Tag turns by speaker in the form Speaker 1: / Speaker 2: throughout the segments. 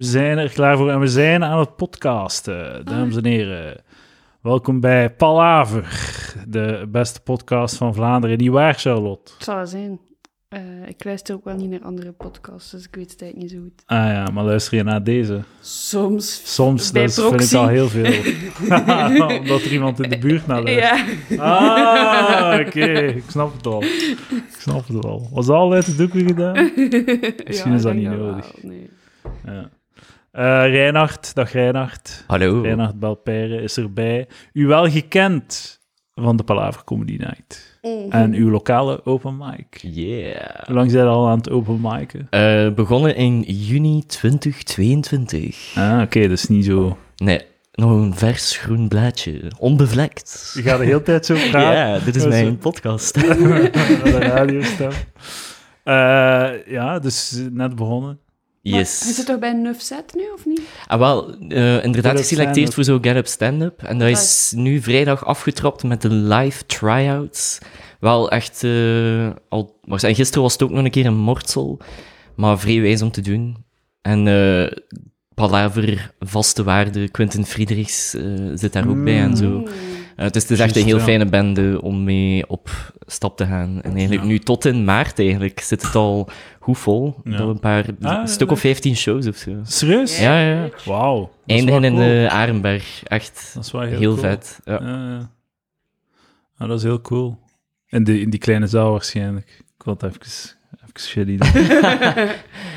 Speaker 1: We zijn er klaar voor en we zijn aan het podcasten, dames en heren. Welkom bij Palaver, de beste podcast van Vlaanderen. Die waar, Charlotte?
Speaker 2: Het zal wel zijn. Eh, ik luister ook wel niet naar andere podcasts, dus ik weet het eigenlijk niet zo goed.
Speaker 1: Ah ja, maar luister je naar deze?
Speaker 2: Soms.
Speaker 1: Soms,
Speaker 2: Bij
Speaker 1: dat is- vind ik
Speaker 2: proxy.
Speaker 1: al heel veel. Omdat er iemand in de buurt naar luistert.
Speaker 2: Ja.
Speaker 1: Ah, oké. Ik snap het al. Ik snap het al. Was dat al uit de doeken gedaan? Misschien
Speaker 2: Ja,
Speaker 1: is dat
Speaker 2: ik
Speaker 1: niet
Speaker 2: denk wel.
Speaker 1: nodig.
Speaker 2: Nee.
Speaker 1: Ja. Eh Reinhard, dag Reinhard.
Speaker 3: Hallo.
Speaker 1: Reinhard Belpere is erbij. U wel gekend van de Palaver Comedy Night.
Speaker 2: Oh. Mhm.
Speaker 1: En uw lokale open mic.
Speaker 3: Yeah.
Speaker 1: Hoe lang zijn we al aan het open micen?
Speaker 3: Eh, begonnen in juni 2022.
Speaker 1: Ah, oké, dat is niet zo...
Speaker 3: Nee, nog een vers groen blaadje. Onbevlekt.
Speaker 1: Je gaat de hele tijd zo
Speaker 3: Ja,
Speaker 1: praten.
Speaker 3: dit is
Speaker 1: Dat is-
Speaker 3: mijn podcast.
Speaker 1: Met een radiostem. Eh, ja, dus net begonnen.
Speaker 3: Yes.
Speaker 2: Maar Hij zit toch bij Nuff Set nu, of niet?
Speaker 3: Ah, wel, eh,
Speaker 1: Get
Speaker 3: inderdaad
Speaker 1: Up Stand-Up.
Speaker 3: geselecteerd voor zo'n Get Up Stand-Up. En dat
Speaker 2: Nice.
Speaker 3: is nu vrijdag afgetrapt met de live try-outs. Wel echt eh, al... waarsch- En gisteren was het ook nog een keer een mortsel. Maar vrij wijs om te doen. En eh Palaver, vaste waarde, Quentin Friedrichs eh, zit daar ook bij en zo.
Speaker 2: Mm.
Speaker 3: Eh, dus het is echt een
Speaker 1: Juist,
Speaker 3: heel
Speaker 1: ja.
Speaker 3: fijne bende om mee op stap te gaan. En eigenlijk
Speaker 1: Ja.
Speaker 3: nu tot in maart eigenlijk zit het al goed vol.
Speaker 1: Ja.
Speaker 3: Door een paar...
Speaker 1: ja,
Speaker 3: een stuk of
Speaker 1: leuk.
Speaker 3: 15 shows of zo.
Speaker 2: Dus-
Speaker 1: Serieus?
Speaker 3: Ja, ja, ja.
Speaker 1: Wauw. dat is wel
Speaker 3: Eindigen in
Speaker 1: cool.
Speaker 3: de Arenberg. Echt
Speaker 1: Dat is wel
Speaker 3: heel,
Speaker 1: heel, cool.
Speaker 3: vet. Ja.
Speaker 1: Ja, ja. Ah, dat is heel cool. In, de, in die kleine zaal waarschijnlijk. Ik wil het even, even shitty doen.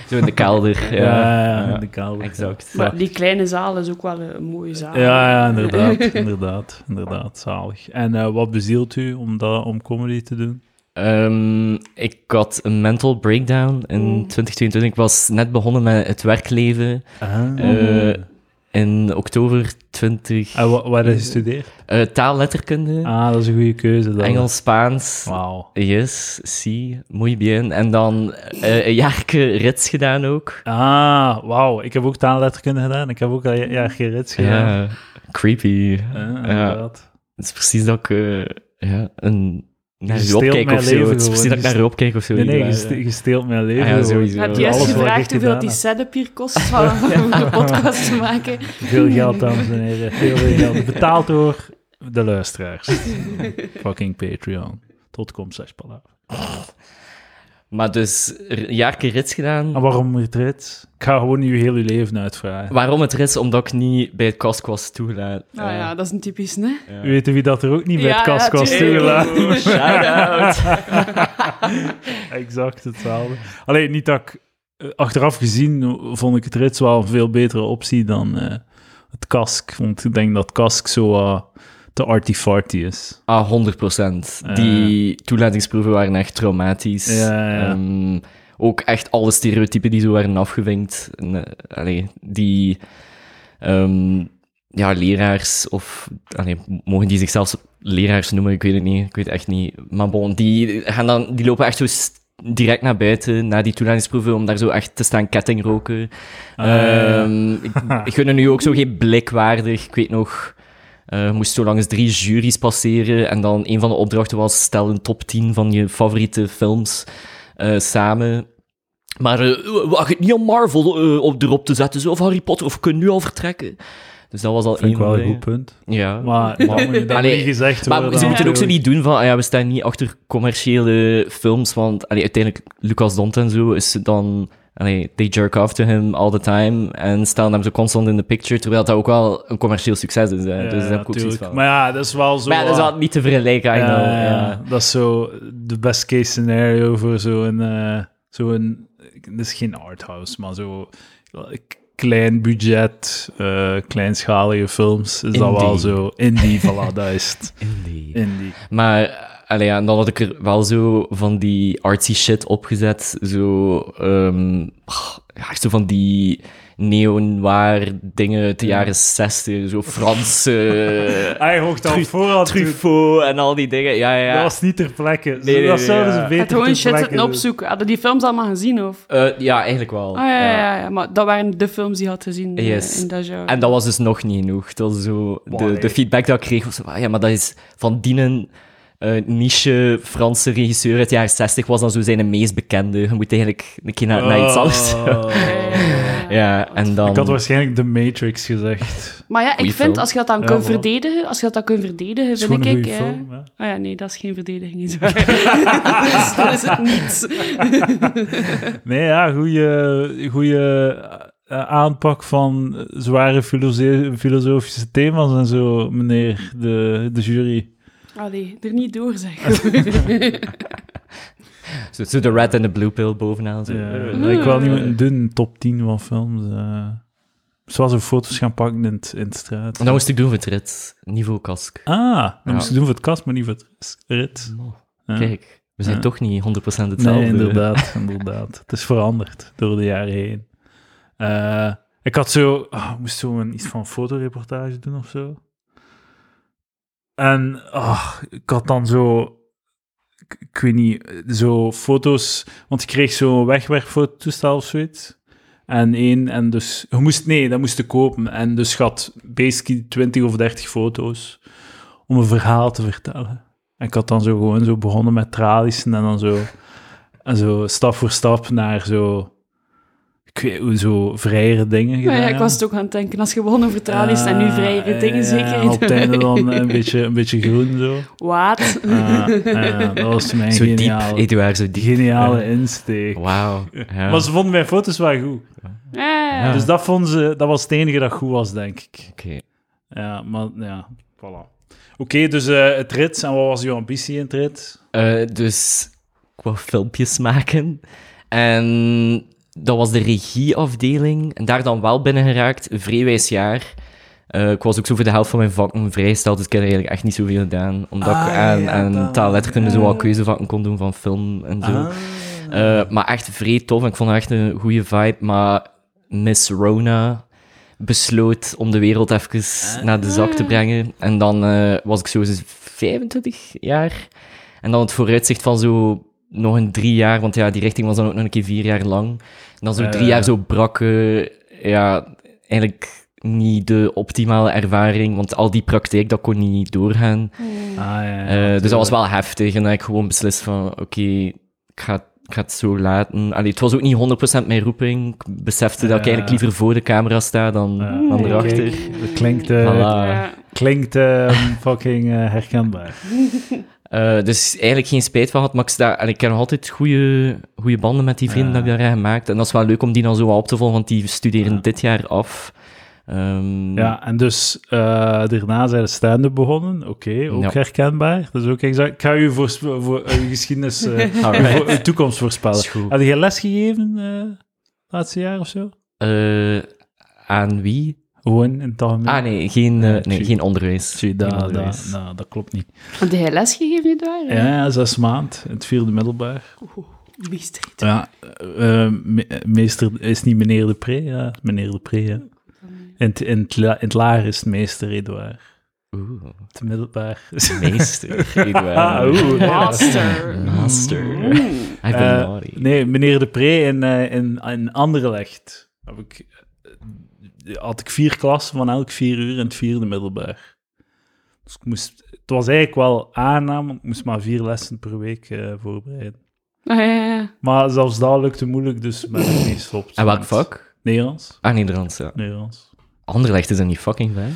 Speaker 3: Zo in de kelder.
Speaker 1: Ja,
Speaker 3: ja.
Speaker 1: ja,
Speaker 3: Ja,
Speaker 1: in de kelder.
Speaker 3: Exact.
Speaker 2: Maar die kleine zaal is ook wel een mooie zaal.
Speaker 1: Ja, ja, inderdaad, inderdaad, inderdaad, zalig. En eh, wat bezielt u om, dat, om comedy te doen?
Speaker 3: Ehm, ik had een mental breakdown in
Speaker 2: Mm.
Speaker 3: 2022. Ik was net begonnen met het werkleven Eh, in oktober 20.
Speaker 1: en wa- waar heb je gestudeerd?
Speaker 3: Eh, taalletterkunde,
Speaker 1: Ah, dat is een goede keuze dan.
Speaker 3: Engels, Spaans.
Speaker 1: Wauw.
Speaker 3: Yes, si, muy bien. En dan eh, een jaarke rits gedaan ook.
Speaker 1: Ah, wauw. Ik heb ook taalletterkunde gedaan. Ik heb ook al ja, geen rits gedaan.
Speaker 3: Ja, creepy.
Speaker 1: Eh,
Speaker 3: ja,
Speaker 1: inderdaad.
Speaker 3: het is precies dat ik eh, ja, een, naar
Speaker 1: Je
Speaker 3: u
Speaker 1: steelt
Speaker 3: opkijk
Speaker 1: mijn
Speaker 3: of zo.
Speaker 1: leven
Speaker 3: Het is precies
Speaker 1: gewoon.
Speaker 3: dat ik naar u opkijk of zo.
Speaker 1: Nee, nee,
Speaker 3: inderdaad,
Speaker 1: je, ste- je steelt mijn leven.
Speaker 3: Ah ja,
Speaker 1: hoor.
Speaker 3: sowieso.
Speaker 2: Je hebt
Speaker 1: Ja,
Speaker 2: juist
Speaker 1: alles wat ik echt
Speaker 2: gevraagd hoeveel
Speaker 1: gedaan
Speaker 2: die
Speaker 1: heb.
Speaker 2: setup hier kost van, om de podcast te maken.
Speaker 1: Veel geld, dames en heren. Heel veel geld. Betaald door de luisteraars. Fucking Patreon. Tot kom, slash palaver.
Speaker 3: Maar dus, er- een jaarke rits gedaan.
Speaker 1: En waarom retreat? Ik ga gewoon nu heel uw leven uitvragen.
Speaker 3: Waarom het rits? Omdat ik niet bij het KASK was toegelaten.
Speaker 2: Nou ja, dat is een typisch, hè?
Speaker 1: U weet wie dat er ook niet bij
Speaker 2: Ja,
Speaker 1: het kast
Speaker 2: ja,
Speaker 1: was
Speaker 2: tuurlijk.
Speaker 1: toegelaten?
Speaker 3: Shout-out.
Speaker 1: Exact hetzelfde. Alleen niet dat ik... eh, Achteraf gezien vond ik het rits wel een veel betere optie dan eh, het kask. Want ik denk dat kask zo eh, te arty-farty is.
Speaker 3: Ah, 100%. Die toelatingsproeven waren echt traumatisch.
Speaker 1: Ah. Ja, ja, ja.
Speaker 3: Ehm, ook echt alle stereotypen die zo waren afgewinkt. En, eh, allee, die ehm, ja, leraars, of allee, mogen die zichzelf leraars noemen? Ik weet het niet. Ik weet het echt niet. Maar bon, die, gaan dan, die lopen echt zo st- direct naar buiten, na die toelatingsproeven, om daar zo echt te staan kettingroken.
Speaker 1: Ah, ja, ja.
Speaker 3: Ehm, ik, ik gun er nu ook zo geen blikwaardig. Ik weet nog, eh, je moest zo langs drie juries passeren. En dan een van de opdrachten was: stel een top 10 van je favoriete films eh, samen. Maar eh wacht het niet om Marvel eh, op, erop te zetten, zo, of Harry Potter, of we kunnen nu al vertrekken. Dus dat was al
Speaker 1: Vind ik
Speaker 3: één
Speaker 1: wel een
Speaker 3: van
Speaker 1: goed
Speaker 3: de-
Speaker 1: punt.
Speaker 3: Ja.
Speaker 1: Maar dat moet je- dat moet
Speaker 3: Allee,
Speaker 1: niet gezegd
Speaker 3: Maar
Speaker 1: worden.
Speaker 3: ze moeten ook zo
Speaker 1: natuurlijk.
Speaker 3: niet doen van, ah ja, we staan niet achter commerciële films, want allee, uiteindelijk Lucas Dont en zo is dan, allee, they jerk off to him all the time en staan hem zo constant in the picture, terwijl dat ook wel een commercieel succes is. Hè.
Speaker 1: Ja,
Speaker 3: dus daar heb ik ook zoiets
Speaker 1: tuurlijk.
Speaker 3: van.
Speaker 1: Maar ja, dat is wel zo.
Speaker 3: Maar ja, dat is wel niet te vergelijken. I
Speaker 1: Ja,
Speaker 3: know,
Speaker 1: ja, ja.
Speaker 3: ja.
Speaker 1: Eh, Dat is zo de best case scenario voor zo'n. eh zo'n dit is geen arthouse, maar zo. k- Klein budget, eh, kleinschalige films. Is dat wel
Speaker 3: Indie.
Speaker 1: zo? Indie, voilà, dat is het.
Speaker 3: Indie.
Speaker 1: Indie.
Speaker 3: Maar allee, ja, en dan had ik er wel zo van die artsy shit opgezet. Zo, ehm, ah, ja, zo van die neo-noir dingen uit de jaren 60. Zo Franse
Speaker 1: Hij hoogt Ah, al
Speaker 3: Tru-
Speaker 1: vooral
Speaker 3: Truffaut en al die dingen. Ja, ja,
Speaker 1: Dat
Speaker 3: ja.
Speaker 1: was niet ter plekke.
Speaker 3: nee,
Speaker 1: dat
Speaker 3: nee,
Speaker 1: zouden
Speaker 3: ja.
Speaker 1: ze
Speaker 2: Ik
Speaker 1: beter
Speaker 2: had gewoon
Speaker 1: ter
Speaker 2: shit
Speaker 1: plekke
Speaker 2: zitten
Speaker 1: doen.
Speaker 2: opzoeken. Hadden die films allemaal gezien, of?
Speaker 3: Eh, ja, eigenlijk wel.
Speaker 2: Ah, ja, ja, ja, ja. Maar dat waren de films die je had gezien eh,
Speaker 3: Yes.
Speaker 2: in dat jaar.
Speaker 3: En dat was dus nog niet genoeg. Dat was zo,
Speaker 1: Why?
Speaker 3: de, de feedback dat ik kreeg was zo, ah ja, maar dat is van dienen eh, niche Franse regisseur
Speaker 1: Ah.
Speaker 3: uit de jaren 60 was dan zo zijn meest bekende. Je moet eigenlijk een keer naar, naar iets anders.
Speaker 1: Oh.
Speaker 3: Ja, en dan...
Speaker 1: Ik had waarschijnlijk The Matrix gezegd.
Speaker 2: Maar ja, ik
Speaker 3: Goeie
Speaker 2: vind,
Speaker 3: film.
Speaker 2: als je dat dan
Speaker 1: Ja,
Speaker 2: kan
Speaker 1: voilà.
Speaker 2: verdedigen, als je dat dan kan verdedigen,
Speaker 1: Het is
Speaker 2: vind ik...
Speaker 1: gewoon een goede
Speaker 2: eh,
Speaker 1: film. hè.
Speaker 2: Ah ja, nee, dat is geen verdediging, is waar. dus dat is het niet.
Speaker 1: Nee, ja, goede, goede eh, aanpak van eh, zware filose- filosofische thema's en zo, meneer de, de jury.
Speaker 2: Allee, er niet door, zeg.
Speaker 3: Zo, zo de red en de blue pill bovenaan. Zo. Eh.
Speaker 1: Ja, dat Eh, ik wel niet moeten doen, top 10 van films. eh. zoals we foto's gaan pakken in, het- in de straat.
Speaker 3: En dat moest ik doen voor het rit. Niveau kask.
Speaker 1: Ah, dat
Speaker 3: Nou Ja.
Speaker 1: moest je doen voor het kast, maar niet voor het rit.
Speaker 3: Oh,
Speaker 1: Ja.
Speaker 3: Kijk, we zijn
Speaker 1: Ja.
Speaker 3: toch niet 100% hetzelfde.
Speaker 1: Nee, inderdaad, inderdaad. Het is veranderd door de jaren heen. Eh, ik had zo... ah, ik moest zo een, iets van fotoreportage doen of zo. En ah, ik had dan zo... Ik, ik weet niet, zo foto's... Want ik kreeg zo'n wegwerpfototoestel of zoiets. En één, en dus... Je moest, nee, dat moest ik kopen. En dus je had basically 20 of 30 foto's om een verhaal te vertellen. En ik had dan zo gewoon zo begonnen met tralies en dan zo... En zo stap voor stap naar zo, ik weet hoe, zo vrijere dingen
Speaker 2: Maar
Speaker 1: gedaan.
Speaker 2: Nou ja, ik was het ook aan het denken. Als je begonnen vertaald is en nu
Speaker 1: Ah,
Speaker 2: vrijere dingen,
Speaker 1: ja,
Speaker 2: zeker.
Speaker 1: Op het einde dan eh, een beetje, een beetje groen zo.
Speaker 2: Wat?
Speaker 1: Ah, ja, dat was mijn
Speaker 3: Zo diep,
Speaker 1: geniale,
Speaker 3: Eduard, zo diep.
Speaker 1: geniale insteek.
Speaker 3: Wauw. Ja.
Speaker 1: Maar ze vonden mijn foto's wel goed.
Speaker 2: Ja.
Speaker 3: Ja.
Speaker 1: Dus dat, vonden ze, dat was het enige dat goed was, denk ik.
Speaker 3: Oké.
Speaker 1: Ja, maar ja, voilà. Oké, dus eh, het rit. En wat was uw ambitie in het rit?
Speaker 3: Eh, dus ik wou filmpjes maken. En dat was de regieafdeling. En daar dan wel binnen geraakt, een vrijwijs jaar. Eh, ik was ook zo voor de helft van mijn vakken vrijgesteld, dus ik heb er eigenlijk echt niet zoveel gedaan. Omdat
Speaker 1: Ah,
Speaker 3: ik aan,
Speaker 1: ja,
Speaker 3: aan
Speaker 1: dan.
Speaker 3: taal en letterkunde zo
Speaker 1: Ja.
Speaker 3: wat keuzevakken kon doen van film en zo.
Speaker 1: Ah.
Speaker 3: Eh, maar echt vrij tof en ik vond het echt een goede vibe. Maar Miss Rona besloot om de wereld even naar de zak te brengen. En dan eh, was ik zo 25 jaar. En dan het vooruitzicht van zo nog een drie jaar, want ja, die richting was dan ook nog een keer vier jaar lang. En dan zo drie
Speaker 1: Eh.
Speaker 3: jaar zo brakke, ja, eigenlijk niet de optimale ervaring, want al die praktijk, dat kon niet doorgaan.
Speaker 1: Ah, ja, ja,
Speaker 3: Eh, dus dat
Speaker 1: tuurlijk.
Speaker 3: was wel heftig. En dan heb ik gewoon beslist van, oké, ik, ga, ik ga het zo laten. Allee, het was ook niet 100% mijn roeping. Ik besefte dat ik
Speaker 1: Ja.
Speaker 3: eigenlijk liever voor de camera sta dan,
Speaker 1: Ja,
Speaker 3: dan
Speaker 1: kijk,
Speaker 3: erachter.
Speaker 1: Dat klinkt, eh,
Speaker 3: Voilà.
Speaker 2: Ja.
Speaker 1: klinkt eh, fucking eh, herkenbaar.
Speaker 3: Eh, dus eigenlijk geen spijt van had, maar ik, sta, allee, ik heb nog altijd goede, goede banden met die vrienden
Speaker 1: Ja.
Speaker 3: die ik daar heb gemaakt. En dat is wel leuk om die dan zo wat op te volgen, want die studeren
Speaker 1: Ja.
Speaker 3: dit jaar af. Ehm,
Speaker 1: Ja, en dus eh, daarna zijn de stand-up begonnen. Oké, ook
Speaker 3: Ja. herkenbaar.
Speaker 1: herkenbaar. Dat is ook exact. Ik ga u voor, voor uw geschiedenis, eh,
Speaker 3: alright.
Speaker 1: voor uw toekomst
Speaker 3: Is
Speaker 1: voorspellen.
Speaker 3: goed.
Speaker 1: Had je les gegeven eh laatste jaar of zo?
Speaker 3: Eh, aan wie?
Speaker 1: Gewoon in het algemeen?
Speaker 3: Ah nee, geen, eh,
Speaker 1: Ja,
Speaker 3: nee,
Speaker 1: zie-
Speaker 3: geen onderwijs.
Speaker 1: Zie,
Speaker 3: Geen
Speaker 1: dat, dat, nou,
Speaker 3: onderwijs.
Speaker 1: dat- dat klopt niet.
Speaker 2: Had jij lesgegeven, Edouard?
Speaker 1: Ja, ja, zes maand, in het vierde middelbaar.
Speaker 2: Meester.
Speaker 1: Ja, eh, eh, me- meester is niet meneer de Pre, ja. Meneer de Pre, ja. In het, in het, la- in het lager is het meester, Eduard.
Speaker 3: Oeh,
Speaker 1: Het middelbaar.
Speaker 3: meester.
Speaker 1: Ah,
Speaker 3: Eduard.
Speaker 1: oeh.
Speaker 2: Master.
Speaker 3: Master.
Speaker 2: Mm.
Speaker 3: Hij
Speaker 1: Eh,
Speaker 3: ben naughty.
Speaker 1: nee, meneer De Pre in, eh, in, in Anderlecht heb ik, eh, had ik vier klassen van elk vier uur in het vierde middelbaar. Dus ik moest, het was eigenlijk wel aanname, want ik moest maar vier lessen per week eh, voorbereiden.
Speaker 2: Ah, ja, ja.
Speaker 1: Maar zelfs dat lukte moeilijk, dus ben ik niet gestopt.
Speaker 3: En welk
Speaker 1: Want-
Speaker 3: vak?
Speaker 1: Nederlands.
Speaker 3: Ah, Nederlands, ja.
Speaker 1: Nederlands.
Speaker 3: Anderlecht is er niet fucking bij.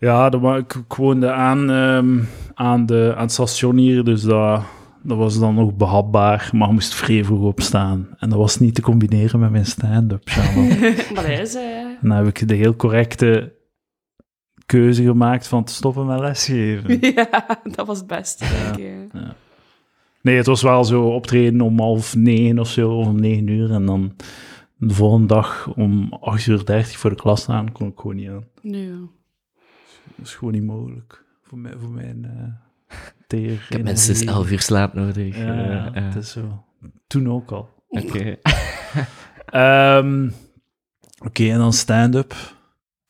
Speaker 1: Ja, dan, wa- ik, ik woonde aan, ehm, aan, de, aan het station hier, dus dat, dat was dan nog behapbaar. Maar ik moest vrij vroeg opstaan. En dat was niet te combineren met mijn stand-up. Charlotte.
Speaker 2: Maar dat is... eh,
Speaker 1: en dan heb ik de heel correcte keuze gemaakt van te stoppen met lesgeven. Eh,
Speaker 2: Ja, dat was het beste, denk ik.
Speaker 1: Nee, het was wel zo optreden om half negen of zo, of om negen uur. En dan de volgende dag om 8.30 uur voor de klas staan, kon ik gewoon niet aan.
Speaker 2: Nu.
Speaker 1: Dat is gewoon niet mogelijk. Voor, mij, voor mijn eh teer.
Speaker 3: Ik heb minstens 11 uur slaap nodig.
Speaker 1: Ja,
Speaker 3: Eh,
Speaker 1: ja,
Speaker 3: eh,
Speaker 1: het is zo. Toen ook al.
Speaker 3: Oké.
Speaker 1: Ehm, Oké, en dan stand-up.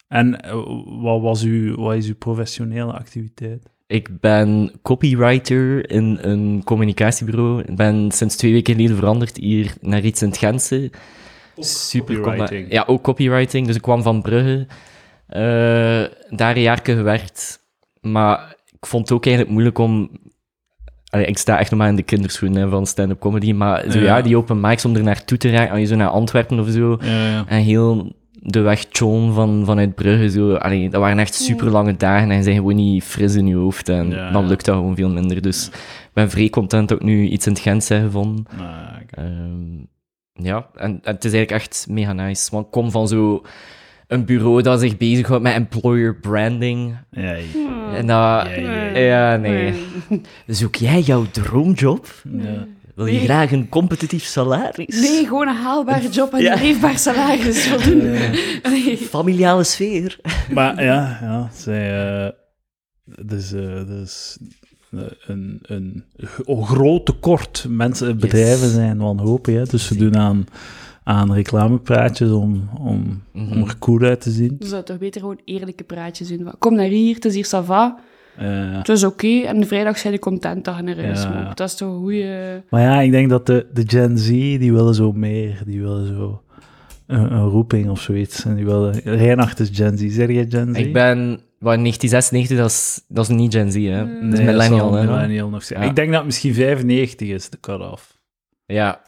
Speaker 1: En eh, wat, was uw, wat is uw professionele activiteit?
Speaker 3: Ik ben copywriter in een communicatiebureau. Ik ben sinds twee weken geleden veranderd hier naar iets in het Gentse. Super
Speaker 1: copywriting.
Speaker 3: comma- Ja, ook copywriting. Dus ik kwam van Brugge. Eh, daar een jaarke gewerkt. Maar ik vond het ook eigenlijk moeilijk om Allee, ik sta echt nog maar in de kinderschoenen hè, van stand-up comedy, maar zo, ja.
Speaker 1: Ja.
Speaker 3: die open mics om er naartoe te raken, als je zo naar Antwerpen of zo,
Speaker 1: Ja, ja.
Speaker 3: en heel de weg John van, vanuit Brugge, zo, allee, dat waren echt super lange dagen en je bent gewoon niet fris in je hoofd en
Speaker 1: Ja,
Speaker 3: dan
Speaker 1: ja.
Speaker 3: lukt dat gewoon veel minder. Dus ik ben vrij content dat ik nu iets in het Gent heb gevonden.
Speaker 1: Ah, oké.
Speaker 3: Ehm, ja, en, en het is eigenlijk echt mega nice. Want ik kom van zo een bureau dat zich bezighoudt met employer branding.
Speaker 1: Ja, ja,
Speaker 2: Hmm.
Speaker 3: En dat...
Speaker 1: ja, ja.
Speaker 3: Ja, nee. Dus Zoek jij jouw droomjob?
Speaker 1: Ja.
Speaker 3: Wil je
Speaker 2: Nee.
Speaker 3: graag een competitief salaris?
Speaker 2: Nee, gewoon een haalbare job en
Speaker 3: Ja.
Speaker 2: een leefbaar salaris voldoende. Nee.
Speaker 3: Familiale sfeer?
Speaker 1: Maar ja, ja zij, eh, dus, eh, dus eh, een, een gro- groot tekort. Mensen, bedrijven zijn wanhopig, hè, dus ze doen aan, aan reclamepraatjes om, om,
Speaker 3: Mhm.
Speaker 1: om er cool uit te zien.
Speaker 2: Dus dat toch beter gewoon eerlijke praatjes doen. van, Kom naar hier, het is hier sava,
Speaker 1: Eh,
Speaker 2: het is oké. En vrijdag zijn de contentdag naar huis.
Speaker 1: Ja.
Speaker 2: Maar Dat is toch een goede...
Speaker 1: maar ja, ik denk dat de, de Gen Z, die willen zo meer, die willen zo een, een roeping of zoiets. En die willen, Reinhard is Gen Z, zeg jij Gen Z?
Speaker 3: Ik ben... Wat, 1996, dat is, dat is niet Gen Z, hè?
Speaker 2: Hmm.
Speaker 3: dat is
Speaker 1: Nee, dat zal
Speaker 3: millennial, hè?
Speaker 1: millennial nog zijn.
Speaker 3: Ja.
Speaker 1: Ik denk dat het misschien 95 is, de cut-off.
Speaker 3: Ja. Maar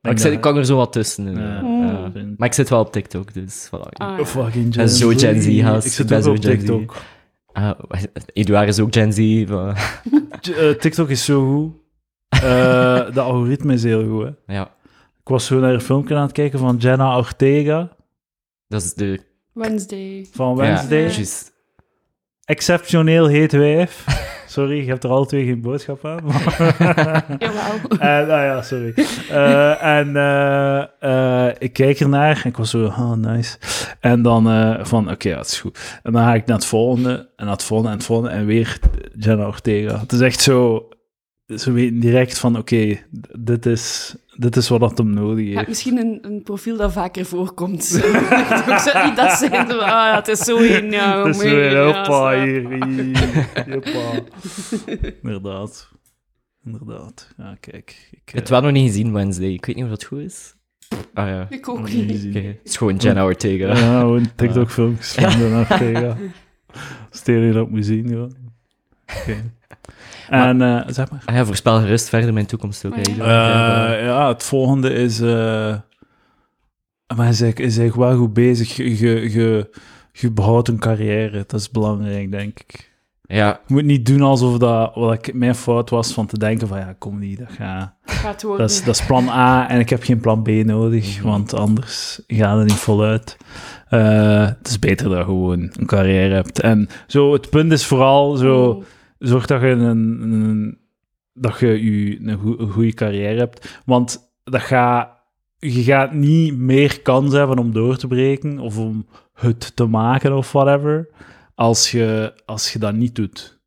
Speaker 1: Denk
Speaker 3: ik, zit,
Speaker 1: dat-
Speaker 3: ik kan er zo wat tussen. in,
Speaker 1: Ja.
Speaker 3: ja.
Speaker 2: Mm.
Speaker 1: Vind-
Speaker 3: Maar ik zit wel op TikTok, dus voilà.
Speaker 2: Ah, ja.
Speaker 1: Fucking
Speaker 3: ben zo Gen Z, gast.
Speaker 1: Ik
Speaker 3: Ik
Speaker 1: zit
Speaker 3: ben
Speaker 1: ook
Speaker 3: zo
Speaker 1: op
Speaker 3: Gen Z.
Speaker 1: TikTok.
Speaker 3: Ah, Edouard is ook Gen Z. maar-
Speaker 1: T- eh, TikTok is zo goed. Eh, de algoritme is heel goed. Hè.
Speaker 3: Ja,
Speaker 1: Ik was zo naar een filmpje aan het kijken van Jenna Ortega
Speaker 3: dat is de...
Speaker 2: Wednesday.
Speaker 1: van
Speaker 3: Ja,
Speaker 1: Wednesday.
Speaker 3: juist.
Speaker 1: Exceptioneel heet wijf. Sorry, je hebt er alle twee geen boodschap aan. maar-
Speaker 2: Jawel.
Speaker 1: En, ah ja, sorry. Eh, en eh, eh, ik kijk ernaar en ik was zo, oh, nice. En dan eh, van, oké, ja, het is goed. En dan ga ik naar het volgende en naar het volgende en het volgende en weer Jenna Ortega. Het is echt zo, ze weten direct van, oké, dit, is, dit is wat dat hem nodig
Speaker 2: Je hebt
Speaker 1: heeft.
Speaker 2: misschien een, een profiel dat vaker voorkomt. ik zou niet dat zijn. zo, Ah, het is zo in nou.
Speaker 1: Het is
Speaker 2: mee,
Speaker 1: weer,
Speaker 2: ja,
Speaker 1: hoppa,
Speaker 2: zo.
Speaker 1: hier, hier, hoppa. Inderdaad. Inderdaad. Ja, kijk. Ik, eh,
Speaker 3: Ik heb het wel nog niet gezien, Wednesday. Ik weet niet of dat goed is. Ah ja, oké.
Speaker 2: Ik ook niet.
Speaker 3: Het is gewoon Jenna Ortega.
Speaker 1: Ja, gewoon TikTok-filmpjes van de Ortega. Stereo dat moet zien, gewoon. Oké. En, eh, zeg maar.
Speaker 3: Ah ja, voorspel gerust verder mijn toekomst ook. hè,
Speaker 2: Ja.
Speaker 3: Edouard. Ja,
Speaker 1: Eh, ja, het volgende is... eh maar hij is eigenlijk- is eigenlijk wel goed bezig. Je, je, je, je behoudt een carrière. Dat is belangrijk, denk ik.
Speaker 3: Ja,
Speaker 1: Je moet niet doen alsof dat, wat ik, mijn fout was van te denken van ja, kom niet, dat gaat...
Speaker 2: Gaat worden.
Speaker 1: Dat is, dat is plan A en ik heb geen plan B nodig, want anders gaat het niet voluit. Eh, het is beter dat je gewoon een carrière hebt. En zo, het punt is vooral
Speaker 2: Mhm.
Speaker 1: zo, zorg dat je een, een- dat je, je een, goe- een goede carrière hebt. Want dat gaat, je gaat niet meer kans hebben om door te breken of om het te maken of whatever, als je, als je dat niet doet.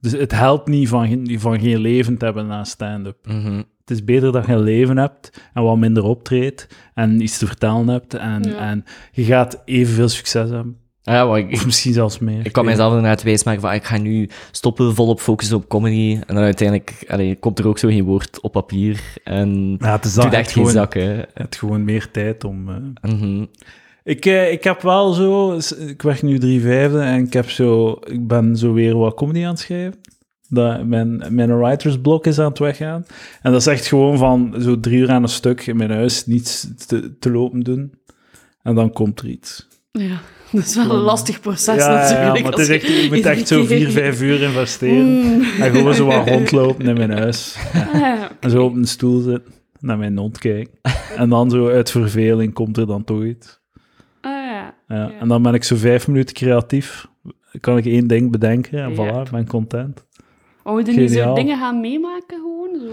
Speaker 1: Dus het helpt niet van, geen- van geen leven te hebben na stand-up.
Speaker 3: mhm.
Speaker 1: Het is beter dat je een leven hebt en wat minder optreedt en iets te vertellen hebt. En,
Speaker 2: Ja.
Speaker 1: en je gaat evenveel succes hebben.
Speaker 3: Ah ja maar ik,
Speaker 1: Of misschien zelfs meer.
Speaker 3: ik kan mezelf inderdaad wijsmaken van ik ga nu stoppen, volop focussen op comedy. En dan uiteindelijk allee, komt er ook zo geen woord op papier. En
Speaker 1: Ja, het is
Speaker 3: doet
Speaker 1: dan
Speaker 3: echt
Speaker 1: echt
Speaker 3: geen
Speaker 1: gewoon,
Speaker 3: zak, hè.
Speaker 1: het gewoon meer tijd om... eh.
Speaker 3: Mhm.
Speaker 1: Ik, eh, ik heb wel zo... s- Ik werk nu drie vijfde en ik, heb zo, ik ben zo weer wat comedy aan het schrijven. Dat mijn, mijn writersblok is aan het weggaan. En dat is echt gewoon van zo drie uur aan een stuk in mijn huis niets te, te lopen doen. En dan komt er iets.
Speaker 2: Ja, dat is wel een lastig proces natuurlijk.
Speaker 1: maar het is
Speaker 2: als
Speaker 1: echt, je moet echt zo vier, vijf uur investeren.
Speaker 2: Mm.
Speaker 1: En gewoon zo wat rondlopen in mijn huis.
Speaker 2: Ah, ja.
Speaker 1: En zo op een stoel zitten, naar mijn hond kijken. En dan zo uit verveling komt er dan toch iets.
Speaker 2: Ah, ja.
Speaker 1: Ja. En dan ben ik zo vijf minuten creatief. Kan ik één ding bedenken en voilà,
Speaker 2: Ja.
Speaker 1: ik ben content.
Speaker 2: Oh, we doen nu zo
Speaker 1: Geniaal.
Speaker 2: dingen gaan meemaken gewoon? Zo.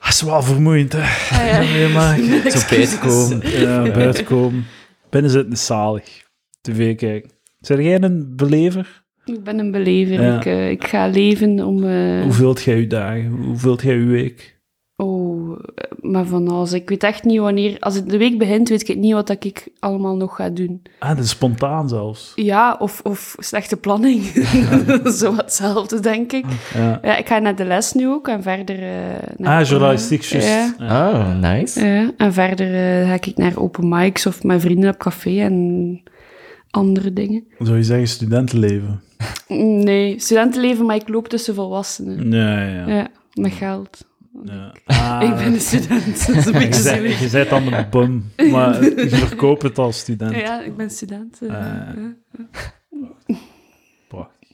Speaker 1: Dat is wel vermoeiend, hè.
Speaker 2: Ah, ja.
Speaker 1: Meemaken.
Speaker 3: Zo buiten komen.
Speaker 1: Ja, buiten komen. Binnen zitten is zalig. TV kijken. Zijn jij een belever?
Speaker 2: Ik ben een belever.
Speaker 1: Ja.
Speaker 2: Ik, eh, ik ga leven om... eh,
Speaker 1: Hoe vult jij je dagen? Hoe vult jij je week?
Speaker 2: Oh, eh, maar van alles. Ik weet echt niet wanneer... Als het de week begint, weet ik niet wat dat ik allemaal nog ga doen.
Speaker 1: Ah, dat is spontaan zelfs.
Speaker 2: Ja, of, of slechte planning. zo hetzelfde, denk ik.
Speaker 1: Ja.
Speaker 2: Ja, ik ga naar de les nu ook en verder... eh, naar
Speaker 1: Ah, journalistiek, juist.
Speaker 2: Ja.
Speaker 1: Ja.
Speaker 3: Ah, nice.
Speaker 2: Ja, en verder eh, ga ik naar open mics of met vrienden op café en andere dingen.
Speaker 1: Zou je zeggen studentenleven?
Speaker 2: Nee, studentenleven, maar ik loop tussen volwassenen.
Speaker 1: Ja, ja.
Speaker 2: Ja, Met geld.
Speaker 1: Ja. Ah,
Speaker 2: ik ben een student. Dat is een beetje
Speaker 1: je zei-
Speaker 2: zielig.
Speaker 1: je bent dan een bum, maar je verkoopt het als student.
Speaker 2: Ja, ik ben student. eh,
Speaker 1: Ah.
Speaker 2: ja.
Speaker 1: Prachtig.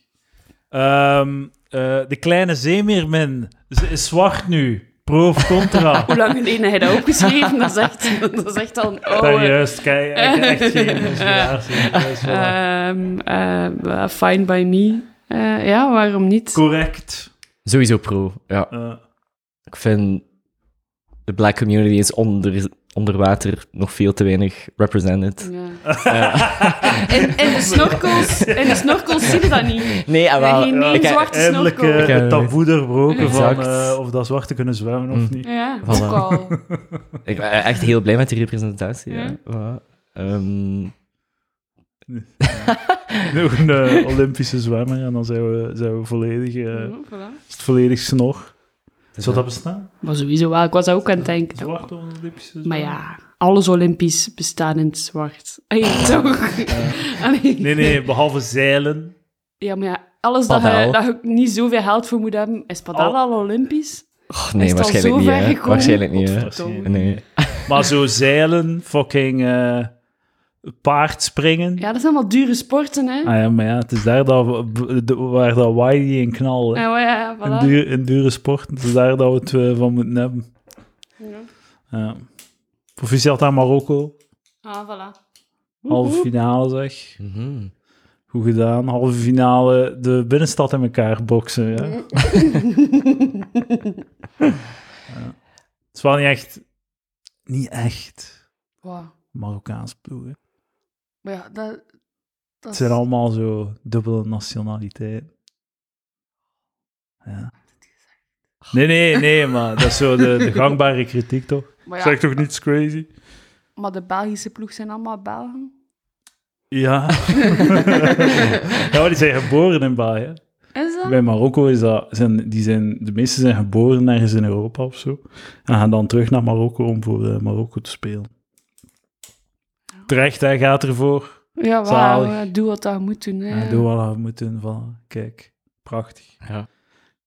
Speaker 1: Ehm, eh, de kleine zeemeermin. Ze is zwart nu. Pro of contra?
Speaker 2: Hoe lang geleden hij dat opgeschreven? Dat is echt, dat is echt al een oude...
Speaker 1: Serieus, kijk, ik heb echt geen inspiratie. Dat is wel
Speaker 2: Ehm, eh, fine by me. Eh, ja, waarom niet?
Speaker 1: Correct.
Speaker 3: Sowieso pro, ja.
Speaker 1: Eh,
Speaker 3: Ik vind de black community is onder, onder water nog veel te weinig represented.
Speaker 2: Ja.
Speaker 3: Eh,
Speaker 2: In, in de snorkels, in de snorkels zie je dat niet.
Speaker 3: nee, en wel...
Speaker 2: Nee, nee,
Speaker 3: ik-
Speaker 2: zwart. Zwarte
Speaker 1: eindelijk
Speaker 2: snorkel.
Speaker 1: eh,
Speaker 3: Ik, eh,
Speaker 1: het taboe doorbroken van
Speaker 3: Exact.
Speaker 1: eh, of dat zwarte kunnen zwemmen of
Speaker 3: Mm.
Speaker 1: niet.
Speaker 2: Ja,
Speaker 3: Voilà.
Speaker 2: ook al.
Speaker 3: Ik ben echt heel blij met die representatie. Ja.
Speaker 2: Ja.
Speaker 3: Voilà. Ehm,
Speaker 1: Nog een eh, Olympische zwemmer en dan zijn we, zijn we volledig, eh,
Speaker 2: Ja, voilà.
Speaker 1: is het volledig snor.
Speaker 3: dus
Speaker 1: Zou
Speaker 3: ja.
Speaker 1: dat bestaan?
Speaker 2: Maar sowieso wel, ik was dat ook aan het denken.
Speaker 1: Zwarte Olympische zwemmer?
Speaker 2: Maar ja, alles Olympisch bestaan in het zwart. Allee, toch? Allee.
Speaker 1: Nee, nee, behalve zeilen.
Speaker 2: Ja, maar ja, alles dat je,
Speaker 3: Padel.
Speaker 2: dat je niet zoveel geld voor moet hebben, is padel al Olympisch?
Speaker 3: Och,
Speaker 2: Is
Speaker 3: nee,
Speaker 2: het al
Speaker 3: waarschijnlijk
Speaker 2: zo
Speaker 3: niet,
Speaker 2: ver
Speaker 3: hè.
Speaker 2: gekomen?
Speaker 3: Waarschijnlijk niet, hè.
Speaker 1: Godverdomme.
Speaker 3: Nee.
Speaker 1: Maar zo zeilen, fucking eh, paardspringen.
Speaker 2: Ja, dat zijn allemaal dure sporten, hè?
Speaker 1: Ah ja, maar ja, het is daar dat, we- de- waar dat Wiley in knal. hè.
Speaker 2: Ja, maar ja,
Speaker 1: in,
Speaker 2: voilà.
Speaker 1: duur, in dure sporten, het is daar dat we het eh, van moeten hebben.
Speaker 2: Ja.
Speaker 1: Ja. Proficiat aan Marokko.
Speaker 2: Ah, voilà.
Speaker 1: Halve finale zeg.
Speaker 3: Mhm.
Speaker 1: Goed gedaan. Halve finale de binnenstad in elkaar boksen. Ja.
Speaker 2: Mm.
Speaker 1: ja. Het is wel niet echt, niet echt
Speaker 2: Wow.
Speaker 1: Marokkaans ploegen.
Speaker 2: Maar ja, dat... dat
Speaker 1: Het
Speaker 2: is-
Speaker 1: zijn allemaal zo dubbele nationaliteiten. Ja. Nee, nee, nee, maar dat is zo de, de gangbare kritiek toch?
Speaker 2: maar, ja,
Speaker 1: Zeg toch niets crazy?
Speaker 2: maar de Belgische ploeg zijn allemaal Belgen.
Speaker 1: Ja. ja, maar die zijn geboren in België.
Speaker 2: Is dat?
Speaker 1: Bij Marokko is dat, zijn, die zijn, de meesten zijn geboren ergens in Europa of zo. En gaan dan terug naar Marokko om voor eh, Marokko te spelen. Terecht, hij gaat ervoor.
Speaker 2: Ja, wauw.
Speaker 1: Zalig.
Speaker 2: eh, Doe wat dat moet doen, hè.
Speaker 1: Ja. Doe wat we moeten doen. Voilà. Kijk, prachtig.
Speaker 3: Ja.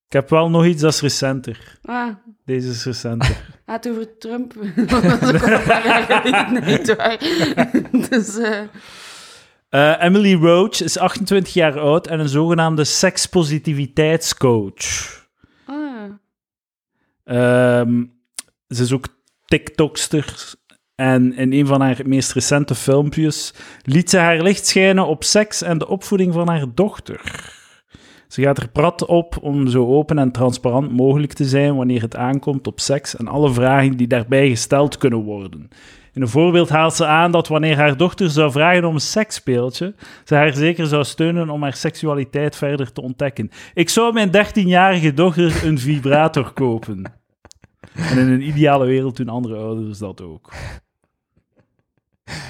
Speaker 1: Ik heb wel nog iets dat is recenter.
Speaker 2: Ah,
Speaker 1: Deze is recenter.
Speaker 2: het over Trump. dat is ook al een paar jaar geleden, niet waar. dus, eh,
Speaker 1: Eh, Emily Roach is 28 jaar oud en een zogenaamde sekspositiviteitscoach.
Speaker 2: ah.
Speaker 1: Ehm, ze is ook TikTokster. En in een van haar meest recente filmpjes liet ze haar licht schijnen op seks en de opvoeding van haar dochter. Ze gaat er prat op om zo open en transparant mogelijk te zijn wanneer het aankomt op seks en alle vragen die daarbij gesteld kunnen worden. In een voorbeeld haalt ze aan dat wanneer haar dochter zou vragen om een seksspeeltje, ze haar zeker zou steunen om haar seksualiteit verder te ontdekken. Ik zou mijn 13-jarige dochter een vibrator kopen. En in een ideale wereld doen andere ouders dat ook.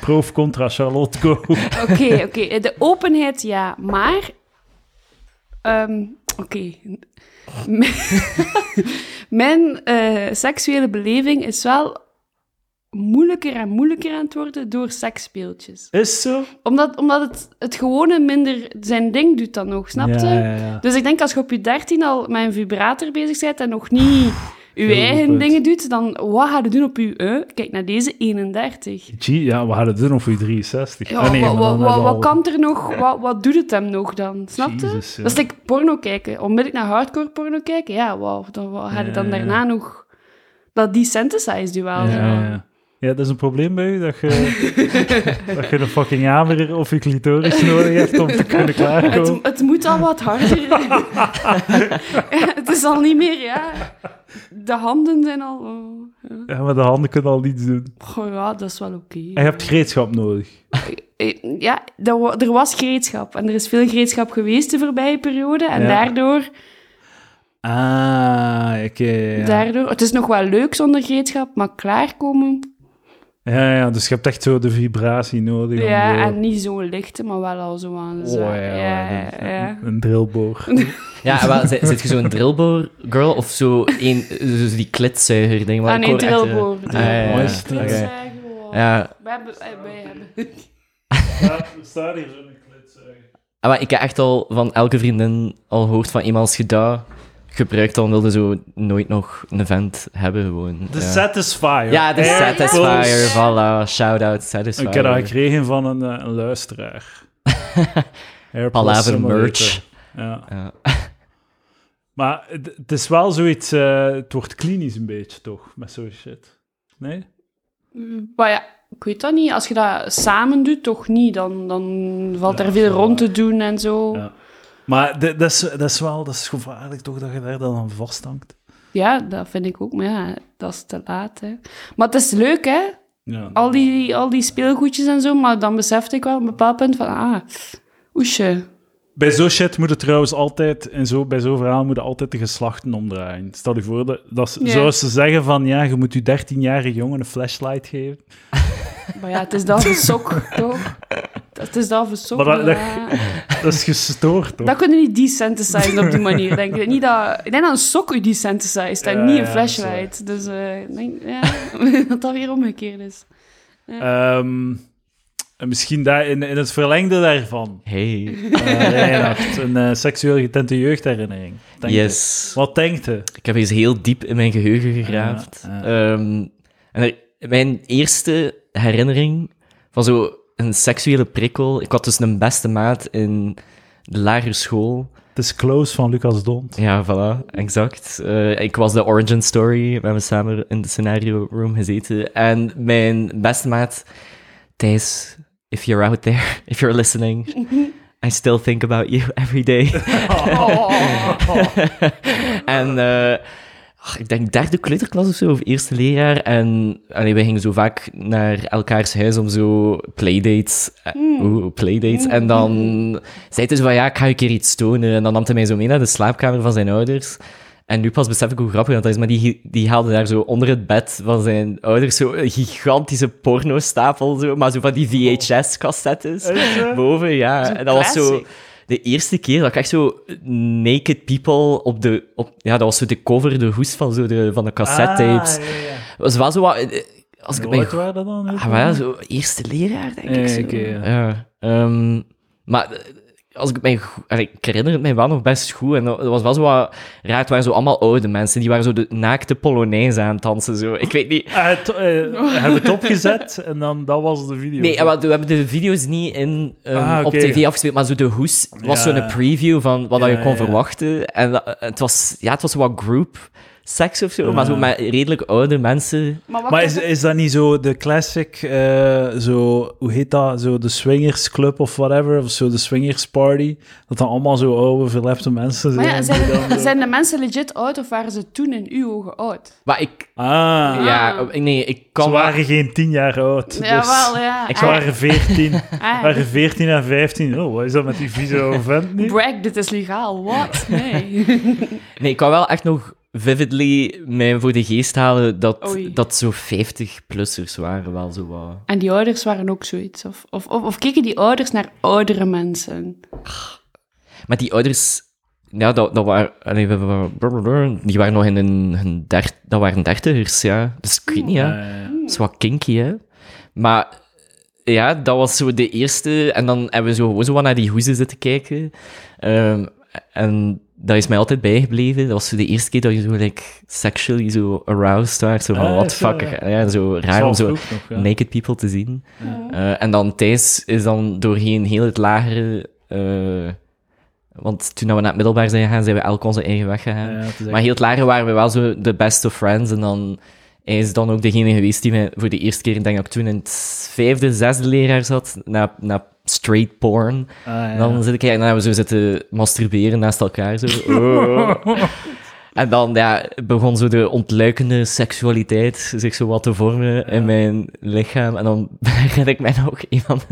Speaker 1: Pro of contra Charlotte Go.
Speaker 2: Oké, oké. De openheid, ja. Maar... ehm, oké. Mijn, mijn, eh, seksuele beleving is wel moeilijker en moeilijker aan het worden door seksspeeltjes.
Speaker 1: Is zo?
Speaker 2: Omdat, omdat het, het gewone minder zijn ding doet dan nog, snap je?
Speaker 1: Ja, ja, ja.
Speaker 2: Dus ik denk als je op je 13 al met een vibrator bezig bent en nog niet je
Speaker 1: goed
Speaker 2: eigen
Speaker 1: punt.
Speaker 2: dingen doet, dan wat ga je doen op je... eh? Kijk naar deze 31.
Speaker 1: Gee, ja, we hadden het nog voor je 63.
Speaker 2: Ja,
Speaker 1: Ah, nee,
Speaker 2: wat,
Speaker 1: maar
Speaker 2: wat,
Speaker 1: dan hebben
Speaker 2: wat,
Speaker 1: we al-
Speaker 2: wat kan er nog? Wat, wat doet het hem nog dan? Snap je?
Speaker 1: Jezus, ja.
Speaker 2: Dat is like porno kijken. Onmiddellijk naar hardcore porno kijken. Ja, wauw. Dan wat ga je dan
Speaker 1: Ja, ja, ja.
Speaker 2: daarna nog... Dat desynthesized duel.
Speaker 1: Ja, ja, ja. Ja, dat is een probleem bij u, dat je, dat je een fucking hamer of je clitoris nodig hebt om te kunnen
Speaker 2: Het,
Speaker 1: klaarkomen.
Speaker 2: het moet al wat harder. Ja, het is al niet meer, ja. De handen zijn al... oh, ja.
Speaker 1: Ja, maar de handen kunnen al niets doen.
Speaker 2: Goh, ja, dat is wel oké.
Speaker 1: En je hebt gereedschap nodig.
Speaker 2: Eh, Ja, er wa- er was gereedschap. En er is veel gereedschap geweest de voorbije periode. En
Speaker 1: Ja.
Speaker 2: daardoor
Speaker 1: Ah, oké. ja.
Speaker 2: Daardoor, het is nog wel leuk zonder gereedschap, maar klaarkomen.
Speaker 1: Ja, ja, dus je hebt echt zo de vibratie nodig. om
Speaker 2: ja,
Speaker 1: zo-
Speaker 2: en niet zo lichte, maar wel al zo aan. zo.
Speaker 1: Oh, ja,
Speaker 2: ja,
Speaker 1: ja,
Speaker 2: ja,
Speaker 1: dat is Een, een drillboor.
Speaker 3: Ja, wel, zit, zit je zo'n drillboor girl of zo een, dus die klitzuiger ding?
Speaker 2: Ah,
Speaker 3: ik
Speaker 2: nee,
Speaker 3: hoor echt, eh,
Speaker 2: drillboor,
Speaker 3: ah, ja, ja, ja.
Speaker 1: Mooi stuk.
Speaker 3: Oké.
Speaker 1: Oké.
Speaker 3: Ja,
Speaker 2: We hebben, eh, wij hebben.
Speaker 1: Ja, er staat hier zo'n klits.
Speaker 3: Ah, maar ik heb echt al van elke vriendin al gehoord van eenmaal als je dat gebruikt, dan wilde zo nooit nog een vent hebben gewoon.
Speaker 1: The
Speaker 3: ja.
Speaker 1: Satisfier.
Speaker 3: Ja, de
Speaker 2: Ja, ja, ja.
Speaker 3: Satisfier, voilà. Shout-out Satisfier.
Speaker 1: Ik heb dat gekregen van een, eh, een luisteraar. Airplus
Speaker 3: Palaver
Speaker 1: Simulator.
Speaker 3: merch.
Speaker 1: Ja.
Speaker 3: Ja.
Speaker 1: Maar het, het is wel zoiets, eh, het wordt klinisch een beetje toch, met zo'n shit. Nee?
Speaker 2: Mm. Maar ja, ik weet dat niet. Als je dat samen doet, toch niet. Dan, dan valt
Speaker 1: Ja,
Speaker 2: er veel
Speaker 1: dat is
Speaker 2: rond
Speaker 1: wel
Speaker 2: te doen en zo.
Speaker 1: Ja. Maar d- dat is, dat is wel dat is gevaarlijk toch, dat je daar dan aan vasthangt.
Speaker 2: Ja, dat vind ik ook. Maar ja, dat is te laat, hè. Maar het is leuk, hè?
Speaker 1: Ja.
Speaker 2: Al die, al die speelgoedjes en zo. Maar dan besefte ik wel op een bepaald punt van... Ah, oesje.
Speaker 1: Bij zo'n shit moet het trouwens altijd, en zo, bij zo'n verhaal moet je altijd de geslachten omdraaien. Stel je voor, dat, dat ze,
Speaker 2: Ja.
Speaker 1: zoals ze zeggen van, ja, je moet je 13-jarige jongen een flashlight geven.
Speaker 2: Maar ja, het is dan een sok, toch? Het is dan een sok.
Speaker 1: Maar dat- dat-
Speaker 2: ja.
Speaker 1: Dat is gestoord, toch?
Speaker 2: Dat kunnen niet desynthesizen op die manier, denk ik. Niet dat, ik denk dat een sok u desynthesized en
Speaker 1: Ja,
Speaker 2: niet
Speaker 1: ja,
Speaker 2: een
Speaker 1: dat is waar.
Speaker 2: flashlight. Dus eh, ik denk ja, dat dat weer omgekeerd is.
Speaker 1: Ehm, en misschien daar, in, in het verlengde daarvan,
Speaker 3: Hey.
Speaker 1: eh Reinhard, een eh, seksueel getente jeugdherinnering. Denk je.
Speaker 3: yes.
Speaker 1: Wat denkt je?
Speaker 3: Ik heb eens heel diep in mijn geheugen gegraafd.
Speaker 1: Ja, ja.
Speaker 3: Ehm, en er- mijn eerste herinnering van zo'n seksuele prikkel... Ik had dus een beste maat in de lagere school.
Speaker 1: Het is Close van Lucas Dont.
Speaker 3: Ja, voilà, exact. Eh, ik was de origin story. We hebben samen in de scenario room gezeten. En mijn beste maat, Thijs, if you're out there, if you're listening, I still think about you every day.
Speaker 2: Oh.
Speaker 3: en eh, ach, ik denk derde kleuterklas of zo, of eerste leraar. En allee, wij gingen zo vaak naar elkaars huis om zo playdates. eh, Oeh, playdates. En dan zei hij dus van, ja, ik ga je een keer iets tonen. En dan nam hij mij zo mee naar de slaapkamer van zijn ouders. En nu pas besef ik hoe grappig dat is, maar die, die haalde daar zo onder het bed van zijn ouders zo'n gigantische pornostapel, zo, maar zo van die VHS-cassettes boven, ja. En dat was zo
Speaker 2: classic.
Speaker 3: de eerste keer dat ik echt zo naked people op de... Op, ja, dat was zo de cover, de hoes van, zo de, van de cassette tapes.
Speaker 1: Ah, ja, ja, ja.
Speaker 3: was wel zo wat... eh, eh, Als ik
Speaker 1: Hoe
Speaker 3: het mij
Speaker 1: oud waren dat dan?
Speaker 3: Ah, maar ja, zo eerste leraar, denk
Speaker 1: Eh,
Speaker 3: ik. Zo.
Speaker 1: oké, ja.
Speaker 3: ehm, maar eh, als ik, mij, go- allee, ik herinner het mij wel nog best goed. En dat dat was wel zo wat raar. Het waren zo allemaal oude mensen. Die waren zo de naakte Polonaise aan het dansen. Zo. Ik weet niet.
Speaker 1: Eh, to- eh, hebben het opgezet en dan, dat was de video.
Speaker 3: Nee, ah, maar we hebben de video's niet in, ehm,
Speaker 1: Ah, oké.
Speaker 3: op tv afgespeeld, maar zo de hoes was
Speaker 1: Ja.
Speaker 3: zo'n preview van wat
Speaker 1: Ja,
Speaker 3: je kon
Speaker 1: ja, ja.
Speaker 3: verwachten. En dat- het was, ja, het was wat group seks of zo, maar zo
Speaker 1: Ah.
Speaker 3: met redelijk oude mensen.
Speaker 2: Maar wat
Speaker 1: Maar
Speaker 2: is
Speaker 1: is, is dat niet zo de classic, eh, zo, hoe heet dat, zo de swingersclub of whatever, of zo de swingersparty, dat dan allemaal zo oude, verlepte mensen
Speaker 2: Maar
Speaker 1: zijn?
Speaker 2: ja, zijn, de, zijn de mensen legit oud of waren ze toen in uw ogen oud?
Speaker 3: Maar ik,
Speaker 1: Ah,
Speaker 3: ja, nee, ik
Speaker 1: ze
Speaker 3: kan
Speaker 1: waren geen tien jaar oud. dus
Speaker 2: Jawel, ja.
Speaker 3: Ik
Speaker 1: Ze
Speaker 2: Ah,
Speaker 1: waren veertien.
Speaker 2: ah.
Speaker 1: waren 14 en 15. Oh, wat is dat met die vieze vent nu?
Speaker 2: Brag, dit is legaal. Wat? Nee.
Speaker 3: Nee, ik kan wel echt nog vividly mij voor de geest halen dat,
Speaker 2: Oei.
Speaker 3: dat zo 50-plussers waren wel zo wat.
Speaker 2: en die ouders waren ook zoiets. Of, of, of, of keken die ouders naar oudere mensen?
Speaker 3: Maar die ouders, ja, dat, dat waren, allee, we- we- we- we- die waren nog in hun, hun dert, dat waren dertigers, ja. Dus ik weet niet, ja. Dat is wat kinky, hè. Maar ja, dat was zo de eerste. En dan hebben we zo gewoon zo wat naar die hoezen zitten kijken. Ehm, en dat is mij altijd bijgebleven. Dat was zo de eerste keer dat je zo like, sexually zo aroused werd. Zo van,
Speaker 1: Ah,
Speaker 3: what the
Speaker 1: zo,
Speaker 3: fuck.
Speaker 1: ja.
Speaker 3: Ja. zo raar om
Speaker 1: Zo
Speaker 3: zo
Speaker 1: vroeg nog, ja.
Speaker 3: naked people te zien. Eh, en dan Thijs is dan doorheen heel het lagere... eh, want toen we naar het middelbaar zijn gegaan, zijn we elk onze eigen weg gegaan.
Speaker 1: Ja, het is echt-
Speaker 3: Maar heel het lager waren we wel zo de best of friends. En dan hij is dan ook degene geweest die me voor de eerste keer, denk ik, toen in het vijfde, zesde leraar zat, na, na straight porn.
Speaker 1: Ah, ja.
Speaker 3: En dan zit ik en dan hebben we zo zitten masturberen naast elkaar. Zo. Oh. En dan ja, begon zo de ontluikende seksualiteit zich zo wat te vormen in mijn lichaam. En dan herinner ik mij nog iemand.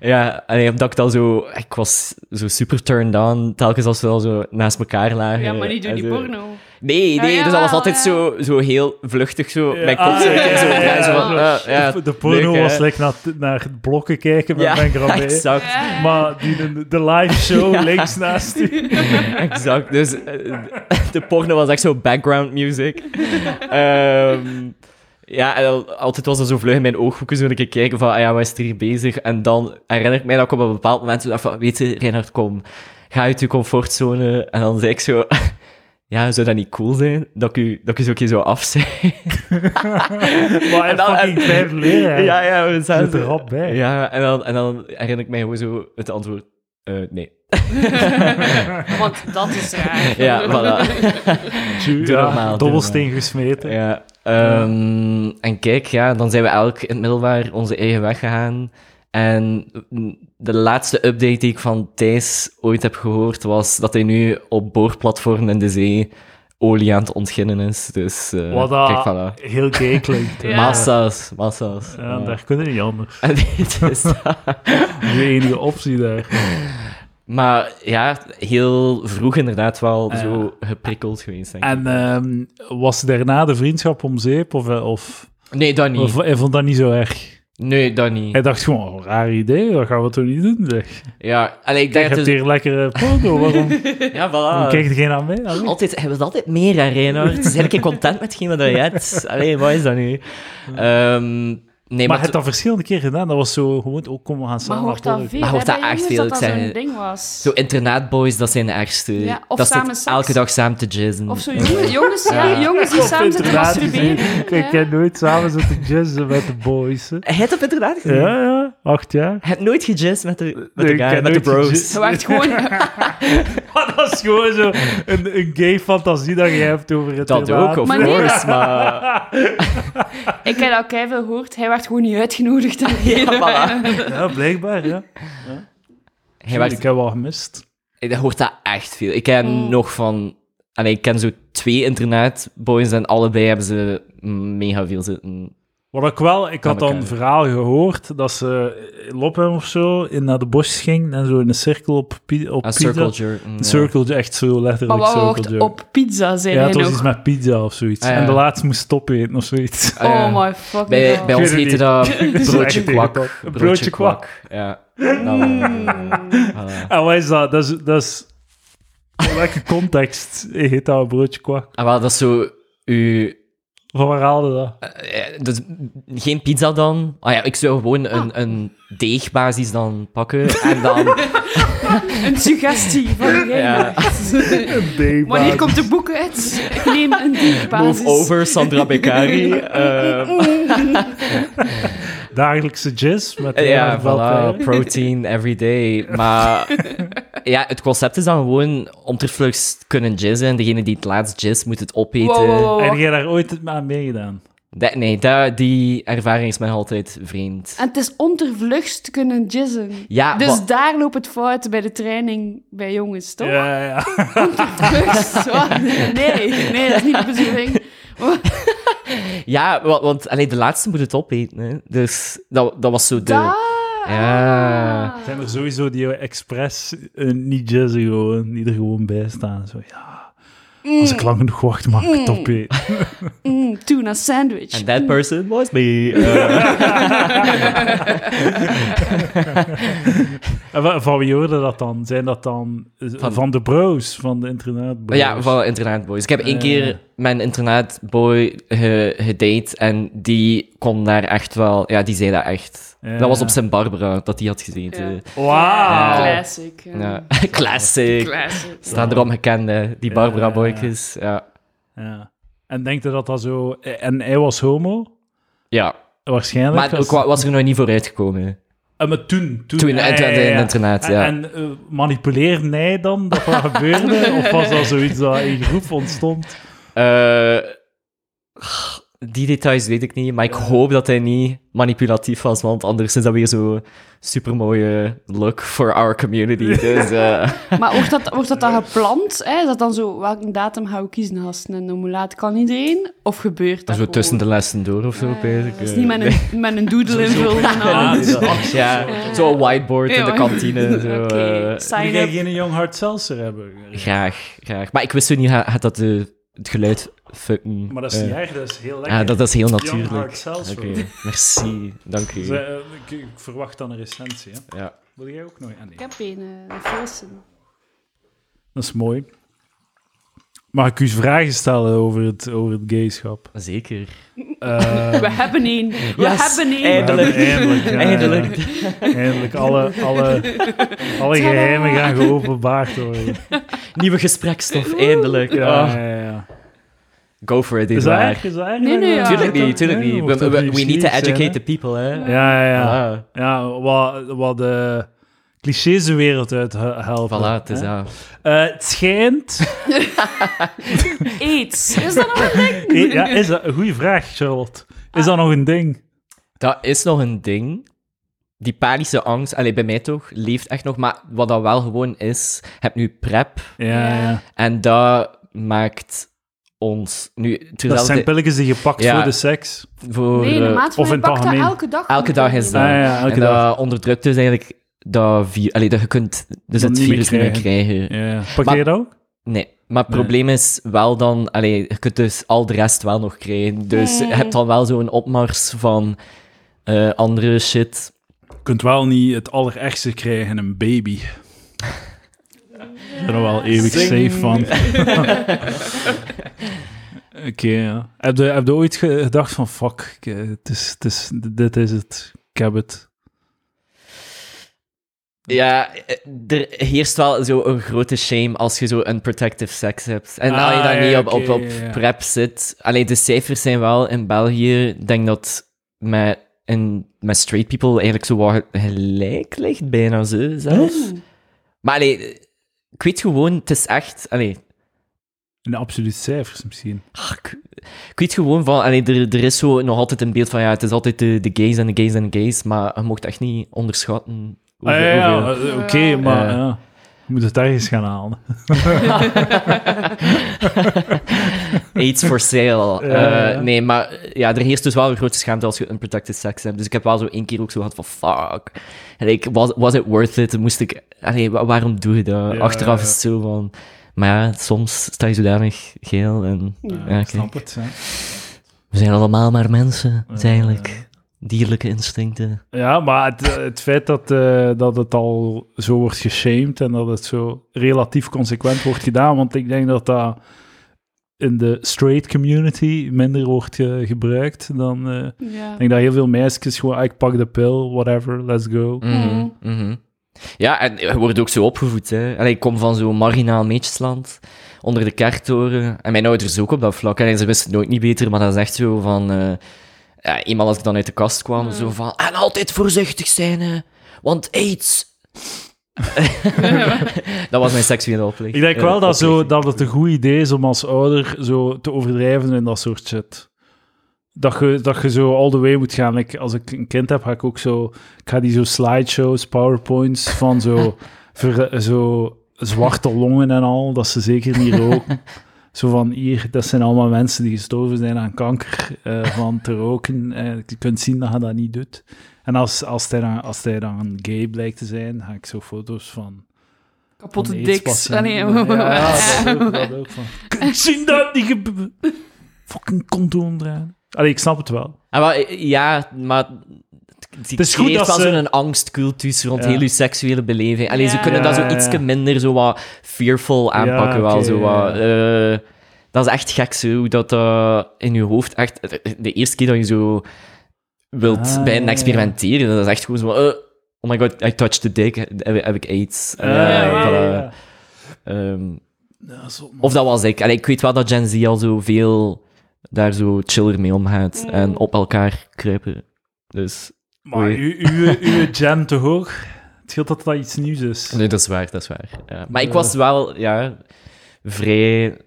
Speaker 3: Ja, en omdat ik dan zo... Ik was zo super turned on, telkens als we al zo naast elkaar lagen.
Speaker 2: Ja, maar niet door
Speaker 3: en
Speaker 2: die
Speaker 3: zo.
Speaker 2: porno. Ah,
Speaker 3: Nee,
Speaker 2: Ja,
Speaker 3: nee, dus dat was
Speaker 2: jawel,
Speaker 3: altijd
Speaker 2: ja.
Speaker 3: zo, zo heel vluchtig, zo
Speaker 1: Ja,
Speaker 3: mijn kop
Speaker 1: ah,
Speaker 3: zo,
Speaker 1: ja, ja,
Speaker 3: zo,
Speaker 1: ja,
Speaker 3: draaien, zo
Speaker 1: ja.
Speaker 3: van, ah, ja,
Speaker 1: de, de porno
Speaker 3: leuk, hè.
Speaker 1: was like, naar, naar blokken kijken met
Speaker 3: Ja,
Speaker 1: mijn grabé.
Speaker 3: exact.
Speaker 1: Maar die, de, de live show links naast u.
Speaker 3: Exact. Dus eh, de porno was echt zo background music. Ehm, ja, en dan- altijd was er zo vlug in mijn ooghoeken zo een keer kijken van, ah ja, wat is er hier bezig? En dan herinner ik mij dat ik op een bepaald moment zo dacht van, weet je, Reinhard, kom, ga uit je comfortzone. En dan zei ik zo, Ja, zou dat niet cool zijn? Dat ik u, dat ik u zo een keer zou afzeggen.
Speaker 1: Maar
Speaker 3: En
Speaker 1: een
Speaker 3: dan-
Speaker 1: fucking vijf leren.
Speaker 3: Ja, ja, we zaten
Speaker 1: Zit er rap bij.
Speaker 3: Ja, en dan, en dan herinner ik mij gewoon zo het antwoord. eh, nee.
Speaker 2: Want dat is raar.
Speaker 3: Ja, voilà.
Speaker 1: Ju-
Speaker 3: Doe
Speaker 1: ja,
Speaker 3: normaal, doe
Speaker 1: Dobbelsteen gesmeten.
Speaker 3: Ja, ehm, en kijk, ja, dan zijn we elk in het middelbaar onze eigen weg gegaan. En de laatste update die ik van Thijs ooit heb gehoord was dat hij nu op boorplatformen in de zee olie aan het ontginnen is. Dus eh,
Speaker 1: Wat dat
Speaker 3: kijk, voilà.
Speaker 1: heel gay klinkt. hè.
Speaker 2: Ja.
Speaker 3: Massa's, massa's.
Speaker 1: Ja,
Speaker 3: Ja.
Speaker 1: daar kunnen niet anders.
Speaker 3: En dit is dat.
Speaker 1: De enige optie daar.
Speaker 3: Maar ja, heel vroeg inderdaad wel
Speaker 1: Ja.
Speaker 3: zo geprikkeld geweest, denk ik.
Speaker 1: En ehm, was daarna de vriendschap om zeep? Of, eh, of,
Speaker 3: Nee, dat niet.
Speaker 1: of hij vond dat niet zo erg?
Speaker 3: Nee, dat niet.
Speaker 1: Hij dacht gewoon, oh, raar idee, dat gaan we toch niet doen? Zeg.
Speaker 3: Ja, allee, ik
Speaker 1: Je
Speaker 3: denk
Speaker 1: hebt
Speaker 3: dat... het-
Speaker 1: hier lekkere porno, waarom,
Speaker 3: Ja, voilà.
Speaker 1: waarom kijkt er geen aan mee? Allee.
Speaker 3: Altijd, hij wil altijd meer, hè, Reinhard. Zijn ik content met hetgeen wat je hebt? Allee, wat is dat nu? Ehm, nee,
Speaker 1: maar
Speaker 3: maar...
Speaker 1: hij had
Speaker 3: t-
Speaker 1: dat verschillende keer gedaan. Dat was zo gewoon, ook kom, we gaan
Speaker 2: Maar
Speaker 1: samen
Speaker 2: hoort
Speaker 1: naar
Speaker 2: dat veel?
Speaker 3: Maar hoort
Speaker 2: hè,
Speaker 3: dat
Speaker 2: bij
Speaker 3: echt
Speaker 2: jongens,
Speaker 3: veel?
Speaker 2: Dat
Speaker 3: Ik
Speaker 2: dat
Speaker 3: zeg-
Speaker 2: zo'n ding was.
Speaker 3: Zo internaatboys, dat zijn de ergste.
Speaker 2: Ja, of
Speaker 3: dat zit
Speaker 2: samen seks.
Speaker 3: elke dag samen te jazzen.
Speaker 2: Of zo jongen- jongens, ja. jongens die
Speaker 1: Op
Speaker 2: samen zitten
Speaker 1: internaat gezien.
Speaker 2: masturberen.
Speaker 1: Ik
Speaker 2: Ja.
Speaker 1: heb nooit samen zitten jazzen met de boys. hè.
Speaker 3: Hij heeft op internaat gezien.
Speaker 1: Ja, ja, acht jaar.
Speaker 3: Hij heeft nooit gejazz met de, met
Speaker 1: Nee,
Speaker 3: de
Speaker 1: ik
Speaker 3: guy,
Speaker 1: heb
Speaker 3: met de
Speaker 1: nooit
Speaker 3: bros.
Speaker 1: gejazz.
Speaker 2: Zo echt gewoon...
Speaker 1: Maar dat is gewoon zo een, een gay fantasie dat je hebt over het
Speaker 3: Dat ook, of
Speaker 2: Maar nee,
Speaker 3: course,
Speaker 2: dat-
Speaker 3: maar...
Speaker 2: Ik heb al keiveel gehoord. Hij werd gewoon niet uitgenodigd. aan die
Speaker 3: Ja, voilà.
Speaker 1: Ja, blijkbaar, ja.
Speaker 3: Hij werd
Speaker 1: Ik heb wel gemist.
Speaker 3: Ik hoort dat echt veel. Ik ken
Speaker 2: Mm.
Speaker 3: nog van... Allee, ik ken zo twee internaatboys en allebei hebben ze mega veel zitten.
Speaker 1: Wat ik wel, ik had
Speaker 3: Kan ik,
Speaker 1: dan een
Speaker 3: eh,
Speaker 1: verhaal gehoord dat ze in Lophem of zo in naar de bos ging en zo in een cirkel op, pi- op
Speaker 3: Een
Speaker 1: pizza.
Speaker 3: circle jerk. mm, ja.
Speaker 1: Een circle jerk, echt zo
Speaker 2: Maar
Speaker 1: letterlijk
Speaker 2: wat
Speaker 1: circle
Speaker 2: wordt
Speaker 1: jerk.
Speaker 2: op pizza, zijn
Speaker 1: ja,
Speaker 2: hij
Speaker 1: het was
Speaker 2: nog.
Speaker 1: iets met pizza of zoiets.
Speaker 3: Ah, ja.
Speaker 1: En de laatste moest stopeten of zoiets.
Speaker 3: Ah, ja.
Speaker 2: Oh my fucking
Speaker 3: Bij,
Speaker 2: god.
Speaker 3: bij ons
Speaker 1: Ik weet
Speaker 3: heette
Speaker 1: het
Speaker 3: dat
Speaker 1: is
Speaker 3: broodje
Speaker 1: echt
Speaker 3: kwak.
Speaker 1: tegen dat. Broodje
Speaker 3: Ja. Nou,
Speaker 2: Hmm.
Speaker 3: voilà.
Speaker 1: En wat is dat? Dat is... Dat is in welke context heet dat een broodje kwak?
Speaker 3: Ah, wel, dat is zo... U,
Speaker 1: Van waar haalde dat?
Speaker 3: eh, dus geen pizza dan. Ah ja, ik zou gewoon een, een deegbasis dan pakken. En dan...
Speaker 2: Een suggestie van jij.
Speaker 3: Ja.
Speaker 2: Wanneer komt de boek uit? Ik neem een dikke basis.
Speaker 3: Move over, Sandra Beccari. eh,
Speaker 1: Dagelijkse jazz met
Speaker 3: Ja,
Speaker 1: ja,
Speaker 3: voilà, protein every day. Maar ja, het concept is dan gewoon om ter vlucht te kunnen jizzen. En degene die het laatst jizz moet het opeten.
Speaker 2: Wow, wow, wow.
Speaker 1: Heb jij daar ooit aan meegedaan?
Speaker 3: Dat- nee, dat, die ervaring is mij altijd vreemd.
Speaker 2: En het is ondervluchts te kunnen jizzen.
Speaker 3: Ja,
Speaker 2: dus
Speaker 3: wa-
Speaker 2: daar loopt het fout bij de training bij jongens, toch?
Speaker 1: Ja, ja.
Speaker 2: Vluchts, wat? Nee, nee, dat is niet de bedoeling.
Speaker 3: Ja, wa- want alleen de laatste moet het opeten. Hè. Dus dat, dat was zo de...
Speaker 2: Daar.
Speaker 3: Ja.
Speaker 1: Zijn er sowieso die expres eh, niet jazzen gewoon, die er gewoon bij staan. Zo, ja, als ik lang genoeg wacht, maak ik het op. hè.
Speaker 2: Mm, tuna sandwich.
Speaker 3: And that person was me.
Speaker 1: En wa- van wie hoorde dat dan? Zijn dat dan eh,
Speaker 3: Van-
Speaker 1: van, de bros, van de internaatbros?
Speaker 3: Ja, van internaatboys. Ik heb één
Speaker 1: Eh.
Speaker 3: keer mijn internaatboy ge- gedate en die kon daar echt wel... Ja, die zei dat echt.
Speaker 1: Ja.
Speaker 3: Dat was op Sint Barbara dat die had gezeten.
Speaker 2: Ja.
Speaker 1: Wauw!
Speaker 3: Ja.
Speaker 2: Classic. ja.
Speaker 3: Ja. Classic.
Speaker 2: Classic.
Speaker 3: Staan erom gekend, hè, die
Speaker 1: Ja,
Speaker 3: Barbara
Speaker 1: ja,
Speaker 3: boykes. Ja.
Speaker 1: Ja. En denkt je dat dat zo... eh, En hij was homo?
Speaker 3: ja.
Speaker 1: Waarschijnlijk.
Speaker 3: Maar
Speaker 1: als-
Speaker 3: ik wa- was er nog niet vooruitgekomen.
Speaker 1: Eh, maar toen, toen,
Speaker 3: Toen,
Speaker 1: ja,
Speaker 3: eh,
Speaker 1: ja,
Speaker 3: in het
Speaker 1: ja.
Speaker 3: internaat,
Speaker 1: En-
Speaker 3: ja.
Speaker 1: En, eh, manipuleerde hij dan dat dat gebeurde? of was dat zoiets dat in groep ontstond?
Speaker 3: Eh, die details weet ik niet, maar ik hoop dat hij niet manipulatief was, want anders is dat weer zo'n supermooie look for our community. Dus, eh,
Speaker 2: Maar wordt dat, wordt dat dan gepland? Hè? Is dat dan zo, welke datum gaan we kiezen, gasten? En hoe laat kan iedereen? Of gebeurt dat
Speaker 3: zo
Speaker 2: gewoon?
Speaker 3: tussen de lessen door of zo,
Speaker 2: Ja,
Speaker 3: bezig.
Speaker 2: Eh,
Speaker 3: eh.
Speaker 2: Dat is niet met een, met een doodle invullen. en al.
Speaker 1: Ja,
Speaker 3: zo-
Speaker 1: dat-
Speaker 3: Ja,
Speaker 2: Ja.
Speaker 3: zo'n whiteboard in de
Speaker 2: Ja.
Speaker 3: kantine. Zo,
Speaker 2: Oké,
Speaker 3: eh,
Speaker 1: Wil
Speaker 2: sign
Speaker 1: jij
Speaker 2: up.
Speaker 1: geen Young Hard Seltzer hebben?
Speaker 3: graag, graag. Maar ik wist zo niet ha- had dat de, het geluid... fucking,
Speaker 1: Maar dat is
Speaker 3: eh,
Speaker 1: niet erg, dat is heel lekker.
Speaker 3: Ah, dat is heel
Speaker 1: Young
Speaker 3: natuurlijk.
Speaker 1: Hard Seltzer.
Speaker 3: Oké, merci. Dank u.
Speaker 1: Dus, eh, ik, ik verwacht dan een recensie. Hè.
Speaker 3: Ja.
Speaker 1: Wil jij ook nog? Ah, nee.
Speaker 2: Ik heb een, eh, een flessen.
Speaker 1: Dat is mooi. Mag ik u eens vragen stellen over het, over het gayschap?
Speaker 3: Zeker.
Speaker 1: Ehm,
Speaker 2: We hebben één. We
Speaker 3: Yes,
Speaker 2: hebben één.
Speaker 1: we hebben Eindelijk.
Speaker 3: Eindelijk.
Speaker 1: ja, ja, ja.
Speaker 3: Eindelijk.
Speaker 1: Eindelijk alle, alle, alle
Speaker 2: Tadaa.
Speaker 1: geheimen gaan geopenbaard worden.
Speaker 3: Nieuwe gesprekstof, eindelijk.
Speaker 1: Ja,
Speaker 3: Ah,
Speaker 1: ja, ja.
Speaker 3: Go for it,
Speaker 1: Is dat
Speaker 3: Edouard.
Speaker 1: eigenlijk? Is dat eigenlijk
Speaker 2: Nee, nee,
Speaker 1: waar?
Speaker 2: ja.
Speaker 3: Tuurlijk
Speaker 2: Ja,
Speaker 3: niet, tuurlijk
Speaker 1: Nee,
Speaker 3: niet.
Speaker 1: je
Speaker 3: We,
Speaker 1: mocht
Speaker 3: we-
Speaker 1: ook
Speaker 3: we need to
Speaker 1: nieuwsgierig zijn,
Speaker 3: educate
Speaker 1: hè.
Speaker 3: the people, hè.
Speaker 1: Ja, ja, ja.
Speaker 3: Ah,
Speaker 1: ja wat, wat de clichés de wereld uit he- helpen.
Speaker 3: voilà, het is
Speaker 1: hè.
Speaker 3: dat.
Speaker 1: Eh, het schijnt...
Speaker 2: AIDS. Is dat nog een ding?
Speaker 1: Eh, ja, is dat een goede vraag, Charlotte.
Speaker 2: Ah.
Speaker 1: Is dat nog een ding?
Speaker 3: Dat is nog een ding. Die panische angst, allee, bij mij toch, leeft echt nog. Maar wat dat wel gewoon is, heb nu prep.
Speaker 1: Ja, ja.
Speaker 2: Ja.
Speaker 3: En dat maakt ons nu...
Speaker 1: Dat zijn
Speaker 3: terzelfde-
Speaker 1: pilletjes die je pakt
Speaker 3: Ja.
Speaker 1: voor de seks.
Speaker 3: voor,
Speaker 2: Nee, de
Speaker 3: eh,
Speaker 2: maat
Speaker 1: of
Speaker 2: van mij
Speaker 1: in het
Speaker 2: pakt dat
Speaker 1: algemeen.
Speaker 2: elke dag.
Speaker 3: Elke dag is dat.
Speaker 1: Ja, Ah, ja, elke
Speaker 3: en
Speaker 1: dag.
Speaker 3: dat onderdrukt dus eigenlijk dat virus. Allee, dat je kunt dus
Speaker 1: Dat niet
Speaker 3: het
Speaker 1: meer
Speaker 3: virus niet meer krijgen.
Speaker 1: Ja. Pak
Speaker 3: Maar-
Speaker 1: jij dat ook?
Speaker 3: Nee, maar het probleem is wel dan... Allee, je kunt dus al de rest wel nog krijgen. Dus je hebt dan wel zo'n opmars van eh, andere shit.
Speaker 1: Je kunt wel niet het allerergste krijgen, een baby. Ik ben er wel eeuwig
Speaker 3: Zing.
Speaker 1: safe van. Oké, ja. Heb je, heb je ooit ge- gedacht van, fuck, ik, eh, het is, het is, dit is het, ik heb het.
Speaker 3: Ja, eh, er heerst wel zo een grote shame als je zo unprotective sex hebt. En als je
Speaker 1: Ah,
Speaker 3: dan
Speaker 1: ja,
Speaker 3: niet op,
Speaker 1: oké,
Speaker 3: op, op
Speaker 1: ja, ja.
Speaker 3: prep zit. Alleen de cijfers zijn wel in België. Ik denk dat met, in, met straight people eigenlijk zo wat gelijk ligt, bijna zo zelfs. Maar allee, eh, ik weet gewoon, het is echt. Allee,
Speaker 1: In de absolute cijfers misschien.
Speaker 3: ah, ik, ik weet gewoon van. Allee, er, er is zo nog altijd een beeld van ja, het is altijd de, de gays en de gays en de gays. Maar je mocht echt niet onderschatten.
Speaker 1: Ah,
Speaker 3: hoeveel-
Speaker 1: ja, ja,
Speaker 3: hoeveel-
Speaker 1: eh, Oké, maar
Speaker 3: Ja.
Speaker 1: ja. je moet het ergens gaan halen.
Speaker 3: AIDS for sale. Eh,
Speaker 1: Ja, ja.
Speaker 3: Nee, maar eh, ja, er heerst dus wel een grote schaamte als je unprotected sex hebt. Dus ik heb wel zo één keer ook zo gehad van fuck. En ik, was, was it worth it? Moest ik... Allee, wa- waarom doe je dat?
Speaker 1: Ja,
Speaker 3: Achteraf
Speaker 1: ja.
Speaker 3: is het zo van... Maar ja, soms sta je zodanig geel en... Ja,
Speaker 1: Ja, ik
Speaker 3: kijk,
Speaker 1: snap het. Ja.
Speaker 3: We zijn allemaal maar mensen, het is
Speaker 1: Ja, ja,
Speaker 3: eigenlijk. Dierlijke instincten.
Speaker 1: Ja, maar het, het feit dat, eh, dat het al zo wordt geshamed en dat het zo relatief consequent wordt gedaan, want ik denk dat dat in de straight community minder wordt eh, gebruikt dan... eh,
Speaker 2: Ja.
Speaker 1: ik denk dat heel veel meisjes gewoon, ah, ik pak de pil, whatever, let's go.
Speaker 3: Mhm, mhm. Ja, en je wordt ook zo opgevoed. Hè. Allee, ik kom van zo'n marginaal meetjesland, onder de kerktoren. En mijn ouders ook op dat vlak. En ze wisten het nooit niet beter, maar dat is echt zo van... eh, ja, eenmaal als ik dan uit de kast kwam, zo van... En altijd voorzichtig zijn, hè, want aids... dat was mijn seksuele opleg.
Speaker 1: Ik denk
Speaker 3: eh,
Speaker 1: wel dat, zo,
Speaker 3: opleving.
Speaker 1: dat het een goed idee is om als ouder zo te overdrijven in dat soort shit. Dat je, dat je zo all the way moet gaan. Ik, als ik een kind heb, ga ik ook zo... Ik ga die zo slideshows, powerpoints van zo, ver- zo zwarte longen en al, dat ze zeker niet roken. Zo van, hier, dat zijn allemaal mensen die gestorven zijn aan kanker eh, van te roken. Eh, je kunt zien dat je dat niet doet. En als, als, hij dan, als hij dan gay blijkt te zijn, ga ik zo foto's van
Speaker 2: Kapotte
Speaker 1: van
Speaker 2: diks. Ah,
Speaker 1: AIDS-patiënten.
Speaker 2: Allee,
Speaker 1: eh, Ja, dat ook, dat ook van. Ik zie dat niet gebe- Fucking condoom draaien. Allee, ik snap het wel.
Speaker 3: Ah, maar, eh, ja, maar... Het
Speaker 1: is goed dat
Speaker 3: wel
Speaker 1: ze-
Speaker 3: zo'n angstcultus rond
Speaker 1: Ja.
Speaker 3: heel je seksuele beleving. Alleen ze
Speaker 2: Ja.
Speaker 3: kunnen dat
Speaker 1: Ja,
Speaker 3: zo
Speaker 1: ja,
Speaker 3: iets
Speaker 1: ja.
Speaker 3: minder zo wat fearful aanpakken. wel,
Speaker 1: oké,
Speaker 3: zo
Speaker 1: ja,
Speaker 3: wat, eh, dat is echt gek, zo, hoe dat eh, in je hoofd echt... eh, De eerste keer dat je zo wilt
Speaker 1: Ah,
Speaker 3: bijna
Speaker 1: ja,
Speaker 3: experimenteren, dat is echt gewoon zo van, eh, oh my god, I touched the dick, heb, heb ik aids. Eh,
Speaker 1: Eh,
Speaker 2: ja,
Speaker 3: voilà.
Speaker 1: ja.
Speaker 3: Ehm,
Speaker 1: Ja, zot, man.
Speaker 3: of dat was ik. Allee, ik weet wel dat Gen Z al zo veel daar zo chiller mee omgaat
Speaker 2: Mm.
Speaker 3: en op elkaar kruipen. Dus...
Speaker 1: Maar
Speaker 3: Oei.
Speaker 1: u, uw- uw gen te hoog. Het scheelt dat dat iets nieuws is.
Speaker 3: Nee, dat is waar, dat is waar. Ja. Maar ik was wel ja, vrij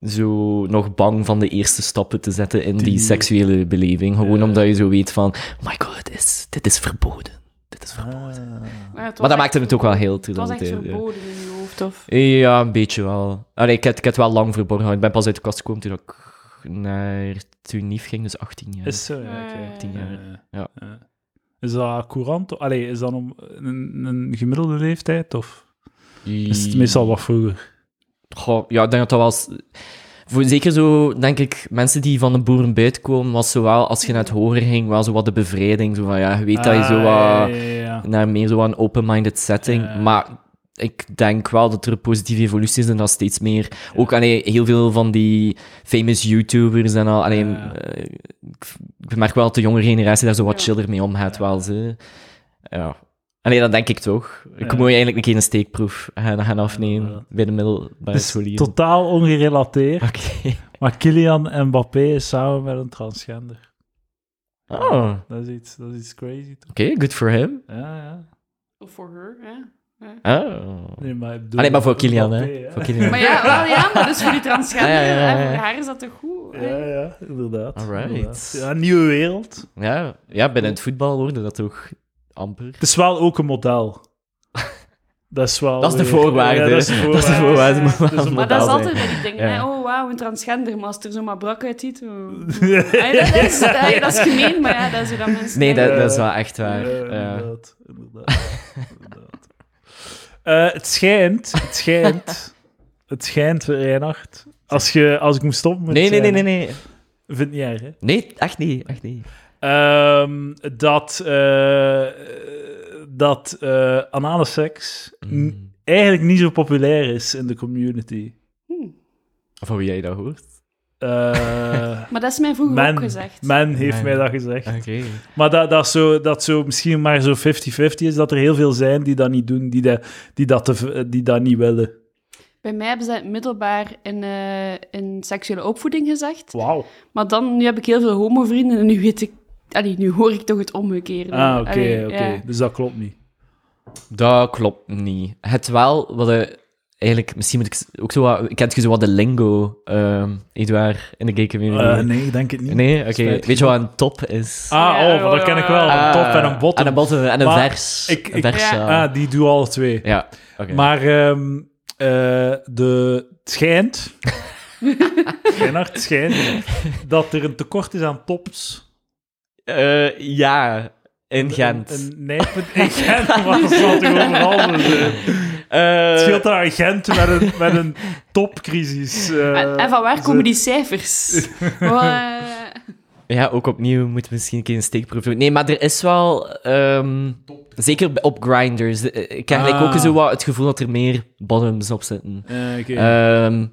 Speaker 3: zo nog bang van de eerste stappen te zetten in die,
Speaker 1: Die-
Speaker 3: seksuele beleving. Gewoon
Speaker 1: Ja.
Speaker 3: omdat je zo weet van, oh my god, dit is, dit is verboden. Dit
Speaker 1: Ah,
Speaker 3: is verboden. maar dat maakte het ook wel heel
Speaker 2: Het was echt
Speaker 3: ja.
Speaker 2: verboden in je hoofd, of...
Speaker 3: Ja, een beetje wel. Allee, ik, heb, ik heb het wel lang verborgen gehouden. Ik ben pas uit de kast gekomen toen ik naar Tunif ging, dus 18 jaar.
Speaker 1: Is zo, ja. oké.
Speaker 2: Eh,
Speaker 3: 10 jaar. Ja.
Speaker 1: Is dat courant? Allee, is dat om een, een gemiddelde leeftijd? Of is het meestal wat vroeger?
Speaker 3: Goh, ja, ik denk dat dat wel... s- Voor, zeker zo, denk ik, mensen die van de boeren buiten komen, was zo wel, als je naar het horen ging, wel zo wat de bevrijding. Zo van, ja, je weet dat je zo
Speaker 1: Ah,
Speaker 3: wat...
Speaker 1: ja, ja, ja, ja.
Speaker 3: Naar meer zo wat een open-minded setting.
Speaker 1: Ja.
Speaker 3: Maar ik denk wel dat er positieve evolutie is en dat steeds meer. Ook allee, heel veel van die famous YouTubers en al. Allee,
Speaker 1: Ja.
Speaker 3: eh, ik v- ik merk wel dat de jongere generatie daar zo wat
Speaker 2: Ja.
Speaker 3: chiller mee omgaat. Wel, ze. Ja. Allee, dat denk ik toch. Ik moet eigenlijk een keer een steekproef gaan, gaan afnemen
Speaker 1: Ja. Dus
Speaker 3: bij de middelbare
Speaker 1: Het is
Speaker 3: scholier.
Speaker 1: totaal ongerelateerd,
Speaker 3: Oké.
Speaker 1: maar Kylian Mbappé is samen met een transgender.
Speaker 3: Oh, oké,
Speaker 1: Dat is iets, dat is iets crazy, toch?
Speaker 3: good for him.
Speaker 1: Ja, ja.
Speaker 2: Of voor haar, ja.
Speaker 3: Oh.
Speaker 1: Nee, maar, ik bedoel-
Speaker 3: Alleen maar voor Kylian,
Speaker 1: Mbappé,
Speaker 3: hè. Voor Kylian.
Speaker 2: Maar ja, wel, ja, maar dus voor die transgender,
Speaker 3: Ja, ja, ja, ja.
Speaker 2: hè, voor haar is dat toch goed? hè?
Speaker 1: Ja, ja, inderdaad.
Speaker 3: Alright.
Speaker 1: inderdaad. Ja, nieuwe wereld.
Speaker 3: Ja, ja, binnen het voetbal hoorde dat toch amper.
Speaker 1: Het is wel ook een model. Dat is wel...
Speaker 3: Dat is de
Speaker 1: weer-
Speaker 3: voorwaarde.
Speaker 1: Ja, dat is de
Speaker 3: Dat is de
Speaker 1: voorwaarde.
Speaker 3: voorwaarde.
Speaker 2: Ja, ja, ja.
Speaker 3: moet
Speaker 1: Dus een
Speaker 2: Maar
Speaker 3: wel
Speaker 2: dat is
Speaker 1: model
Speaker 2: altijd
Speaker 3: zijn.
Speaker 2: bij die dingen,
Speaker 3: Ja.
Speaker 2: hè. Oh, wauw, een transgender, maar als het er zomaar brak uitziet... oh. Hey, dat, is, hey, dat is gemeen, maar ja, dat is hoe dat mensen...
Speaker 3: Nee, dat,
Speaker 2: denken.
Speaker 3: dat is wel echt waar.
Speaker 1: Ja,
Speaker 3: Ja.
Speaker 1: inderdaad. inderdaad, inderdaad. Eh, het schijnt, het schijnt, het schijnt, Reinhard. Als, je, als ik moet stoppen met
Speaker 3: Nee, nee, nee,
Speaker 1: zijn,
Speaker 3: nee, nee.
Speaker 1: Vind niet erg, hè?
Speaker 3: Nee, echt niet. Echt niet.
Speaker 1: Ehm, dat eh, dat eh, anale seks
Speaker 3: Mm.
Speaker 1: n- eigenlijk niet zo populair is in de community.
Speaker 2: Hm.
Speaker 3: Van wie jij dat hoort.
Speaker 1: Eh,
Speaker 2: Maar dat is mij vroeger
Speaker 1: Men-
Speaker 2: ook gezegd.
Speaker 1: men heeft
Speaker 3: Nee.
Speaker 1: mij dat gezegd.
Speaker 3: Oké.
Speaker 1: Maar dat, dat, zo, dat zo misschien maar zo 50-50 is, dat er heel veel zijn die dat niet doen, die dat, die dat, te- die dat niet willen.
Speaker 2: Bij mij hebben ze dat middelbaar in, eh, in seksuele opvoeding gezegd.
Speaker 1: Wauw.
Speaker 2: Maar dan, nu heb ik heel veel homovrienden en nu weet ik... Allee, nu hoor ik toch het omgekeerde.
Speaker 1: Ah, oké,
Speaker 2: Allee,
Speaker 1: oké.
Speaker 2: ja.
Speaker 1: Dus dat klopt niet.
Speaker 3: Dat klopt niet. Het wel, wat eh, eigenlijk, misschien moet ik ook zo wat, kent je zo wat de lingo, ehm Eduard, in de gay community?
Speaker 1: Eh, nee, ik denk het niet.
Speaker 3: Nee? Oké.
Speaker 1: Spijtig.
Speaker 3: Weet je wat een top is?
Speaker 1: Ah,
Speaker 2: Ja,
Speaker 1: oh, maar dat ken ik wel.
Speaker 3: Ah,
Speaker 1: Een top en een bottom.
Speaker 3: En een bottom en een
Speaker 1: Maar
Speaker 3: vers.
Speaker 1: ik-
Speaker 3: een
Speaker 1: ik-
Speaker 3: vers,
Speaker 2: Ja.
Speaker 3: ja.
Speaker 1: Ah, die doen alle twee.
Speaker 3: Ja, oké.
Speaker 1: Maar ehm, eh, de, het schijnt... Reinhard, het schijnt dat er een tekort is aan tops.
Speaker 3: Eh, ja, in Gent.
Speaker 1: Een, een nijpend... In Gent, maar dat zal toch overal zo zijn?
Speaker 3: Eh,
Speaker 1: Het scheelt daar aan Gent met een, met een topcrisis. eh,
Speaker 2: En, en van waar
Speaker 1: ze-
Speaker 2: komen die cijfers? eh, Wa-
Speaker 3: Ja, ook opnieuw moeten we misschien een keer een steekproef doen. Nee, maar er is wel... ehm, zeker bij- op grinders. eh, Ik heb eigenlijk
Speaker 1: Ah.
Speaker 3: ook zo wat het gevoel dat er meer bottoms op zitten.
Speaker 1: Eh, oké.
Speaker 3: Ehm,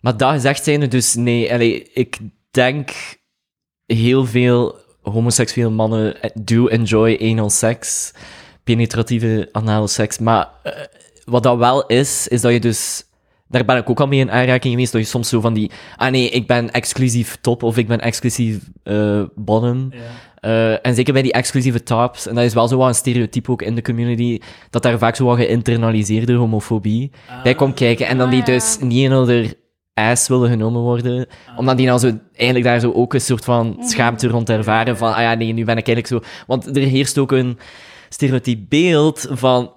Speaker 3: maar dat gezegd zijnde, dus nee. allee, ik denk heel veel homoseksuele mannen eh, do enjoy anal seks. Penetratieve anale seks. Maar eh, wat dat wel is, is dat je dus... Daar ben ik ook al mee in aanraking geweest, dat je soms zo van die... Ah nee, ik ben exclusief top of ik ben exclusief eh, bottom.
Speaker 1: Ja.
Speaker 3: Eh, en zeker bij die exclusieve tops, en dat is wel zo wel een stereotype ook in de community, dat daar vaak zo wel geïnternaliseerde homofobie bij komt kijken. En dan die
Speaker 2: Ah, Ah. ja.
Speaker 3: dus niet in onder ass willen genomen worden, omdat die dan zo eigenlijk daar zo ook een soort van
Speaker 2: Mhm.
Speaker 3: schaamte rond ervaren van, ah ja, nee, nu ben ik eigenlijk zo... Want er heerst ook een stereotype beeld van...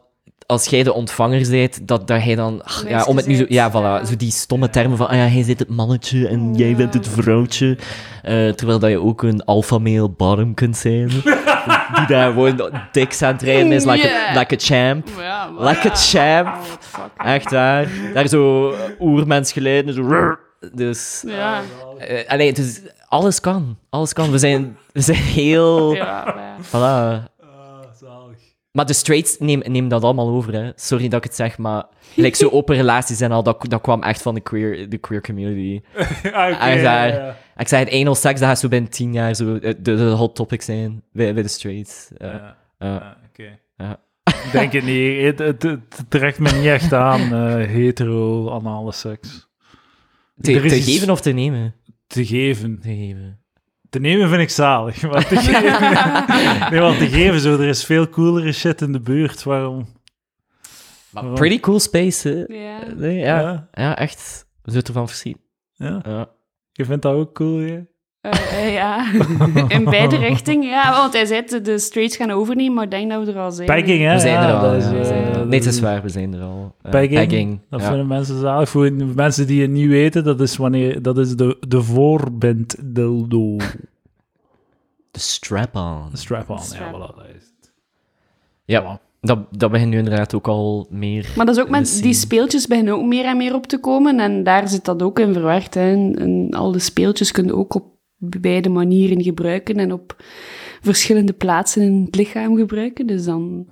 Speaker 3: Als jij de ontvanger bent, dat, dat hij dan... ach, ja, om het nu zo, ja,
Speaker 2: Meisje
Speaker 3: voilà,
Speaker 2: bent,
Speaker 3: zo die stomme termen van... Ah ja, hij zit het mannetje en jij bent het vrouwtje. Eh, terwijl dat je ook een alfamale bottom kunt zijn. die daar gewoon dik aan het rijden is, like, a,
Speaker 2: Yeah.
Speaker 3: like a champ.
Speaker 2: ja, maar
Speaker 3: Like
Speaker 2: ja.
Speaker 3: a champ.
Speaker 2: Oh, what the fuck.
Speaker 3: Echt waar. Daar zo eh, oermens geleden. Zo, rrr. dus...
Speaker 2: Ja,
Speaker 3: eh, allee, dus alles kan. Alles kan. We zijn, we zijn heel...
Speaker 2: ja, maar ja.
Speaker 3: Voilà.
Speaker 1: Ah, zalig.
Speaker 3: Maar de straights neem, neem dat allemaal over, hè. Sorry dat ik het zeg, maar... Like, zo open relaties en al, dat, dat kwam echt van de queer, de queer community.
Speaker 1: Ah, oké, ja,
Speaker 3: Echt waar.
Speaker 1: ja.
Speaker 3: Ik zei het, anal seks, dat gaat zo binnen tien jaar zo eh, de, de hot topic zijn bij, bij de straights. Eh, Ja.
Speaker 1: Ja,
Speaker 3: ja.
Speaker 1: ja, oké.
Speaker 3: Ja.
Speaker 1: Ik denk het niet. Het, het, het, het trekt me niet echt aan, eh, hetero, anale seks.
Speaker 3: Te,
Speaker 1: Er is
Speaker 3: te
Speaker 1: iets
Speaker 3: geven of te nemen?
Speaker 1: Te geven.
Speaker 3: Te geven.
Speaker 1: Te nemen vind ik zalig, maar te geven... nee, want te geven zo, er is veel coolere shit in de buurt, waarom...
Speaker 3: Maar pretty cool space, hè.
Speaker 2: Ja.
Speaker 3: Nee, ja. ja.
Speaker 1: Ja,
Speaker 3: echt. We zullen ervan voorzien.
Speaker 1: ja.
Speaker 3: Ja.
Speaker 1: Je vindt dat ook cool, hè?
Speaker 2: Eh, eh, ja. In beide richtingen, ja. Want hij zei dat de straights gaan overnemen, maar ik denk dat we er al zijn.
Speaker 1: Pegging, hè?
Speaker 3: We zijn er
Speaker 1: Ja,
Speaker 3: al.
Speaker 1: dat is,
Speaker 3: ja, we
Speaker 1: eh,
Speaker 3: zijn er al.
Speaker 1: dat
Speaker 3: Nee, het
Speaker 1: is-
Speaker 3: is waar, we zijn er al. Eh,
Speaker 1: Pegging, Dat
Speaker 3: ja.
Speaker 1: vinden mensen zalig. Voor de mensen die het niet weten, dat is, wanneer, dat is de, de voorband dildo.
Speaker 3: De strap-on.
Speaker 1: Strap-on, ja,
Speaker 2: Strap-on.
Speaker 1: voilà, dat is het.
Speaker 3: Ja, dat, dat begint nu inderdaad ook al meer...
Speaker 2: Maar dat is ook
Speaker 3: te
Speaker 2: met
Speaker 3: zien.
Speaker 2: die speeltjes beginnen ook meer en meer op te komen. En daar zit dat ook in verwerkt. Hè. En, en al de speeltjes kunnen ook op beide manieren gebruiken en op verschillende plaatsen in het lichaam gebruiken. Dus dan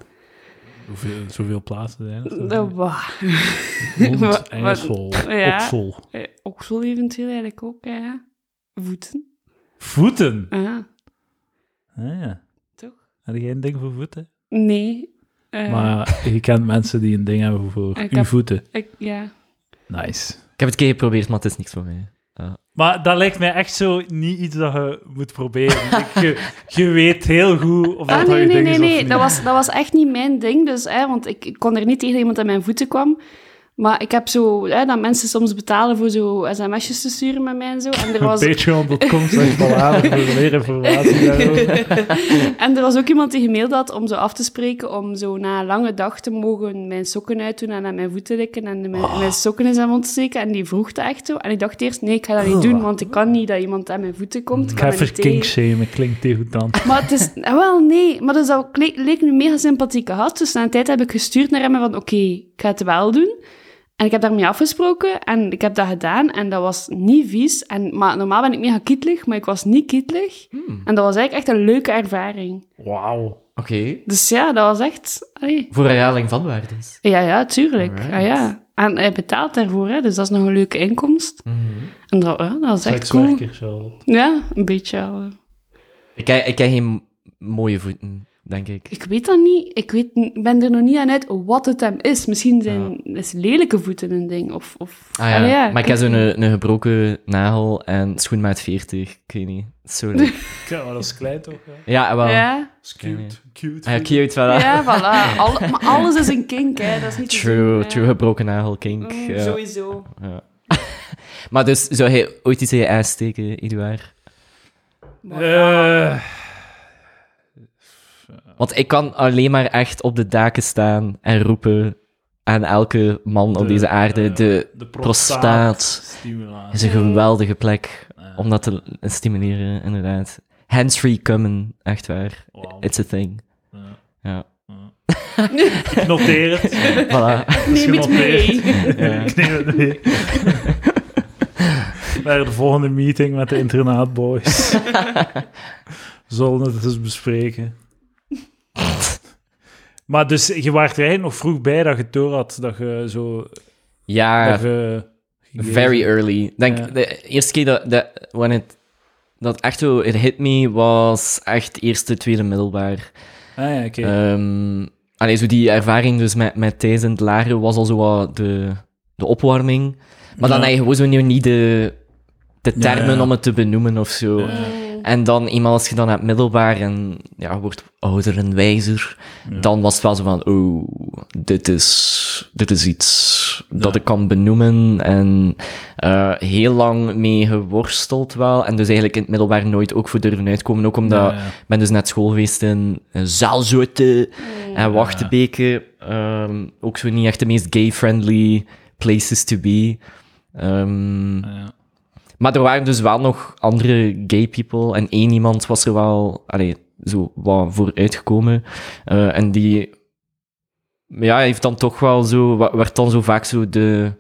Speaker 1: Hoeveel, zoveel plaatsen zijn er?
Speaker 2: Dat waar.
Speaker 1: Mond,
Speaker 2: wat- Nou, wat-
Speaker 1: ijsel,
Speaker 2: ja.
Speaker 1: oksel.
Speaker 2: Eh, Oksel eventueel eigenlijk ook, ja. Voeten.
Speaker 1: Voeten.
Speaker 2: Ah,
Speaker 1: Ah, ja.
Speaker 2: toch?
Speaker 1: Had jij een ding voor voeten?
Speaker 2: Nee. eh,
Speaker 1: Maar je kent mensen die een ding hebben voor
Speaker 2: Ik
Speaker 1: uw
Speaker 2: heb-
Speaker 1: voeten.
Speaker 2: ik, ja.
Speaker 1: Nice.
Speaker 3: Ik heb het een keer geprobeerd, maar het is niks voor mij.
Speaker 1: Maar dat lijkt mij echt zo niet iets dat je moet proberen. Ik- je, je weet heel goed of dat
Speaker 2: Ah,
Speaker 1: dat
Speaker 2: nee,
Speaker 1: je
Speaker 2: nee,
Speaker 1: ding
Speaker 2: nee,
Speaker 1: is of
Speaker 2: nee.
Speaker 1: niet.
Speaker 2: Dat was, dat was echt niet mijn ding. Dus, hè, want ik, ik kon er niet tegen iemand aan mijn voeten kwam. Maar ik heb zo, hè, dat mensen soms betalen voor zo sms'jes te sturen met mij en zo. En er was,
Speaker 1: Patreon.com slash Balladen voor meer informatie daarover.
Speaker 2: en er was ook iemand die gemaild had om zo af te spreken om zo na een lange dag te mogen mijn sokken uitdoen en aan mijn voeten likken en mijn,
Speaker 1: Ah.
Speaker 2: mijn sokken in zijn mond steken. En die vroeg dat echt zo. En ik dacht eerst, nee, ik ga dat niet doen, want ik kan niet dat iemand aan mijn voeten komt. Ik
Speaker 1: Ik
Speaker 2: kan
Speaker 1: Oh. ga
Speaker 2: dat
Speaker 1: even
Speaker 2: niet tegen.
Speaker 1: kinkshamen, klinkt degoutant.
Speaker 2: Maar het is... eh, Wel, nee. Maar dus dat leek, leek een mega sympathieke gast. Dus na een tijd heb ik gestuurd naar hem van... Oké, ik ga het wel doen. En ik heb daarmee afgesproken. En ik heb dat gedaan. En dat was niet vies. En, maar normaal ben ik mega kietelig. Maar ik was niet kietelig. En dat was eigenlijk echt een leuke ervaring.
Speaker 1: Wauw.
Speaker 3: Oké.
Speaker 2: Dus ja, dat was echt... allee.
Speaker 3: Voor herhaling van waarde dus.
Speaker 2: Ja, ja, tuurlijk.
Speaker 3: Alright.
Speaker 2: Ja, ja. En hij betaalt daarvoor, hè. Dus dat is nog een leuke inkomst.
Speaker 3: Mhm.
Speaker 2: En dat, ja, dat was echt cool.
Speaker 1: Sekswerker, zo.
Speaker 2: Ja, een beetje wel.
Speaker 3: Ik, heb- ik heb geen mooie voeten, denk ik.
Speaker 2: Ik weet dat niet. Ik weet, ik ben er nog niet aan uit wat het hem is. Misschien zijn is lelijke voeten een ding. Of, of,
Speaker 3: Ah ja,
Speaker 2: Allee,
Speaker 3: maar ik heb zo'n een, een gebroken nagel en schoenmaat 40. Ik weet niet. Sorry.
Speaker 1: Ja, maar dat is klein toch? hè?
Speaker 3: Ja, wel. Ja, Ah,
Speaker 2: Ja,
Speaker 1: Dat is cute. Cute.
Speaker 3: ja cute, voilà.
Speaker 2: ja voilà. Al- maar alles is een kink, hè. Dat is niet te doen,
Speaker 3: True,
Speaker 2: hè.
Speaker 3: true gebroken nagel, kink.
Speaker 2: Mm,
Speaker 3: ja.
Speaker 2: Sowieso.
Speaker 3: Ja. maar dus, zou hij ooit iets in je ass steken, Eduard?
Speaker 2: Maar-
Speaker 1: Eh,
Speaker 3: Want ik kan alleen maar echt op de daken staan en roepen aan elke man op
Speaker 1: de,
Speaker 3: deze aarde.
Speaker 1: eh,
Speaker 3: de, prostaat. is
Speaker 1: Stimulatie.
Speaker 3: een geweldige plek
Speaker 1: Ja.
Speaker 3: om dat te stimuleren, inderdaad. Hands-free coming, echt waar.
Speaker 1: Wauw.
Speaker 3: It's a thing.
Speaker 1: Ja.
Speaker 3: Ja.
Speaker 1: Ja. Ik noteer het.
Speaker 3: Voilà.
Speaker 2: Neem het mee.
Speaker 3: Ja.
Speaker 1: Ik neem het mee. Naar de volgende meeting met de internaatboys. We zullen het eens bespreken. Maar dus, je waart er eigenlijk nog vroeg bij dat je het door had. Dat je zo...
Speaker 3: Ah, ja,
Speaker 1: dat je,
Speaker 3: very early. Denk,
Speaker 1: Ja.
Speaker 3: de eerste keer dat, dat, when it, dat echt zo, it hit me, was echt eerste, tweede middelbaar.
Speaker 1: Ah ja, oké.
Speaker 3: Ehm, allee, zo die ervaring dus met, met Thijs en het laren was al zo wat de, de opwarming. Maar dan
Speaker 1: Ja.
Speaker 3: heb je gewoon zo nu niet de, de
Speaker 1: Ja,
Speaker 3: termen
Speaker 1: ja.
Speaker 3: om het te benoemen of zo.
Speaker 1: Ja.
Speaker 2: Mm.
Speaker 3: En dan eenmaal als je dan naar het middelbaar en ja, wordt ouder en wijzer,
Speaker 1: Ja.
Speaker 3: dan was het wel zo van, oh, dit is, dit is iets dat
Speaker 1: Ja.
Speaker 3: ik kan benoemen. En eh, heel lang mee geworsteld wel. En dus eigenlijk in het middelbaar nooit ook voor durven uitkomen. Ook omdat
Speaker 1: Ja, ja.
Speaker 3: ik ben dus net school geweest in eh, Zaalzoete en Wachtebeke. Ehm, ook zo niet echt de meest gay-friendly places to be. Ehm,
Speaker 1: Ah, ja.
Speaker 3: maar er waren dus wel nog andere gay people. En één iemand was er wel allee, zo wat voor uitgekomen. Eh, en die ja, heeft dan toch wel zo, wa- werd dan zo vaak zo de,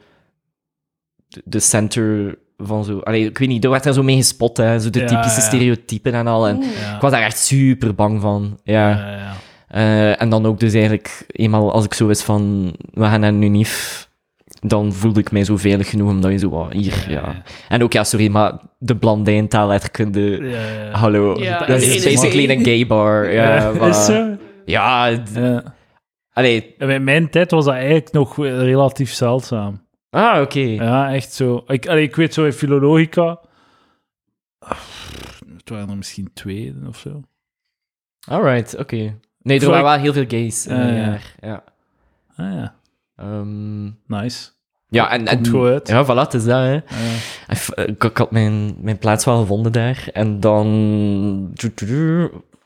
Speaker 3: de, de center van zo. Allee, ik weet niet, er werd daar zo mee gespot, hè, zo de
Speaker 1: Ja,
Speaker 3: typische
Speaker 1: ja.
Speaker 3: stereotypen en al. En
Speaker 2: Mm.
Speaker 1: Ja.
Speaker 3: ik was daar echt super bang van. Ja.
Speaker 1: Ja, ja.
Speaker 3: Eh, en dan ook dus eigenlijk, eenmaal als ik zo wist van, we gaan naar Nunif, dan voelde ik mij zo veilig genoeg, omdat je zo, ah, hier, ja.
Speaker 1: ja.
Speaker 3: En ook, ja, sorry, maar de blandijn taalletterkunde,
Speaker 1: Ja, ja.
Speaker 3: hallo,
Speaker 2: Ja,
Speaker 3: dat is
Speaker 1: is het
Speaker 3: basically
Speaker 2: maar.
Speaker 3: een gay bar. Ja, voilà.
Speaker 1: Is zo?
Speaker 3: Ja, d-
Speaker 1: Ja.
Speaker 3: allee,
Speaker 1: En Bij mijn tijd was dat eigenlijk nog eh, relatief zeldzaam.
Speaker 3: ah, oké.
Speaker 1: Ja, echt zo. Ik, allee, ik weet zo in filologica. ah, Het waren er misschien twee of zo.
Speaker 3: Alright, oké. Nee, er
Speaker 1: Sorry.
Speaker 3: waren wel heel veel gays in
Speaker 1: Ah,
Speaker 3: een
Speaker 1: ja.
Speaker 3: jaar, ja.
Speaker 1: Ah ja,
Speaker 3: Ehm,
Speaker 1: nice.
Speaker 3: ja, en... en
Speaker 1: Komt goed uit.
Speaker 3: ja, voilà, het is dat, hè.
Speaker 1: Ah, ja.
Speaker 3: Ik, ik- ik had mijn, mijn plaats wel gevonden daar. En dan.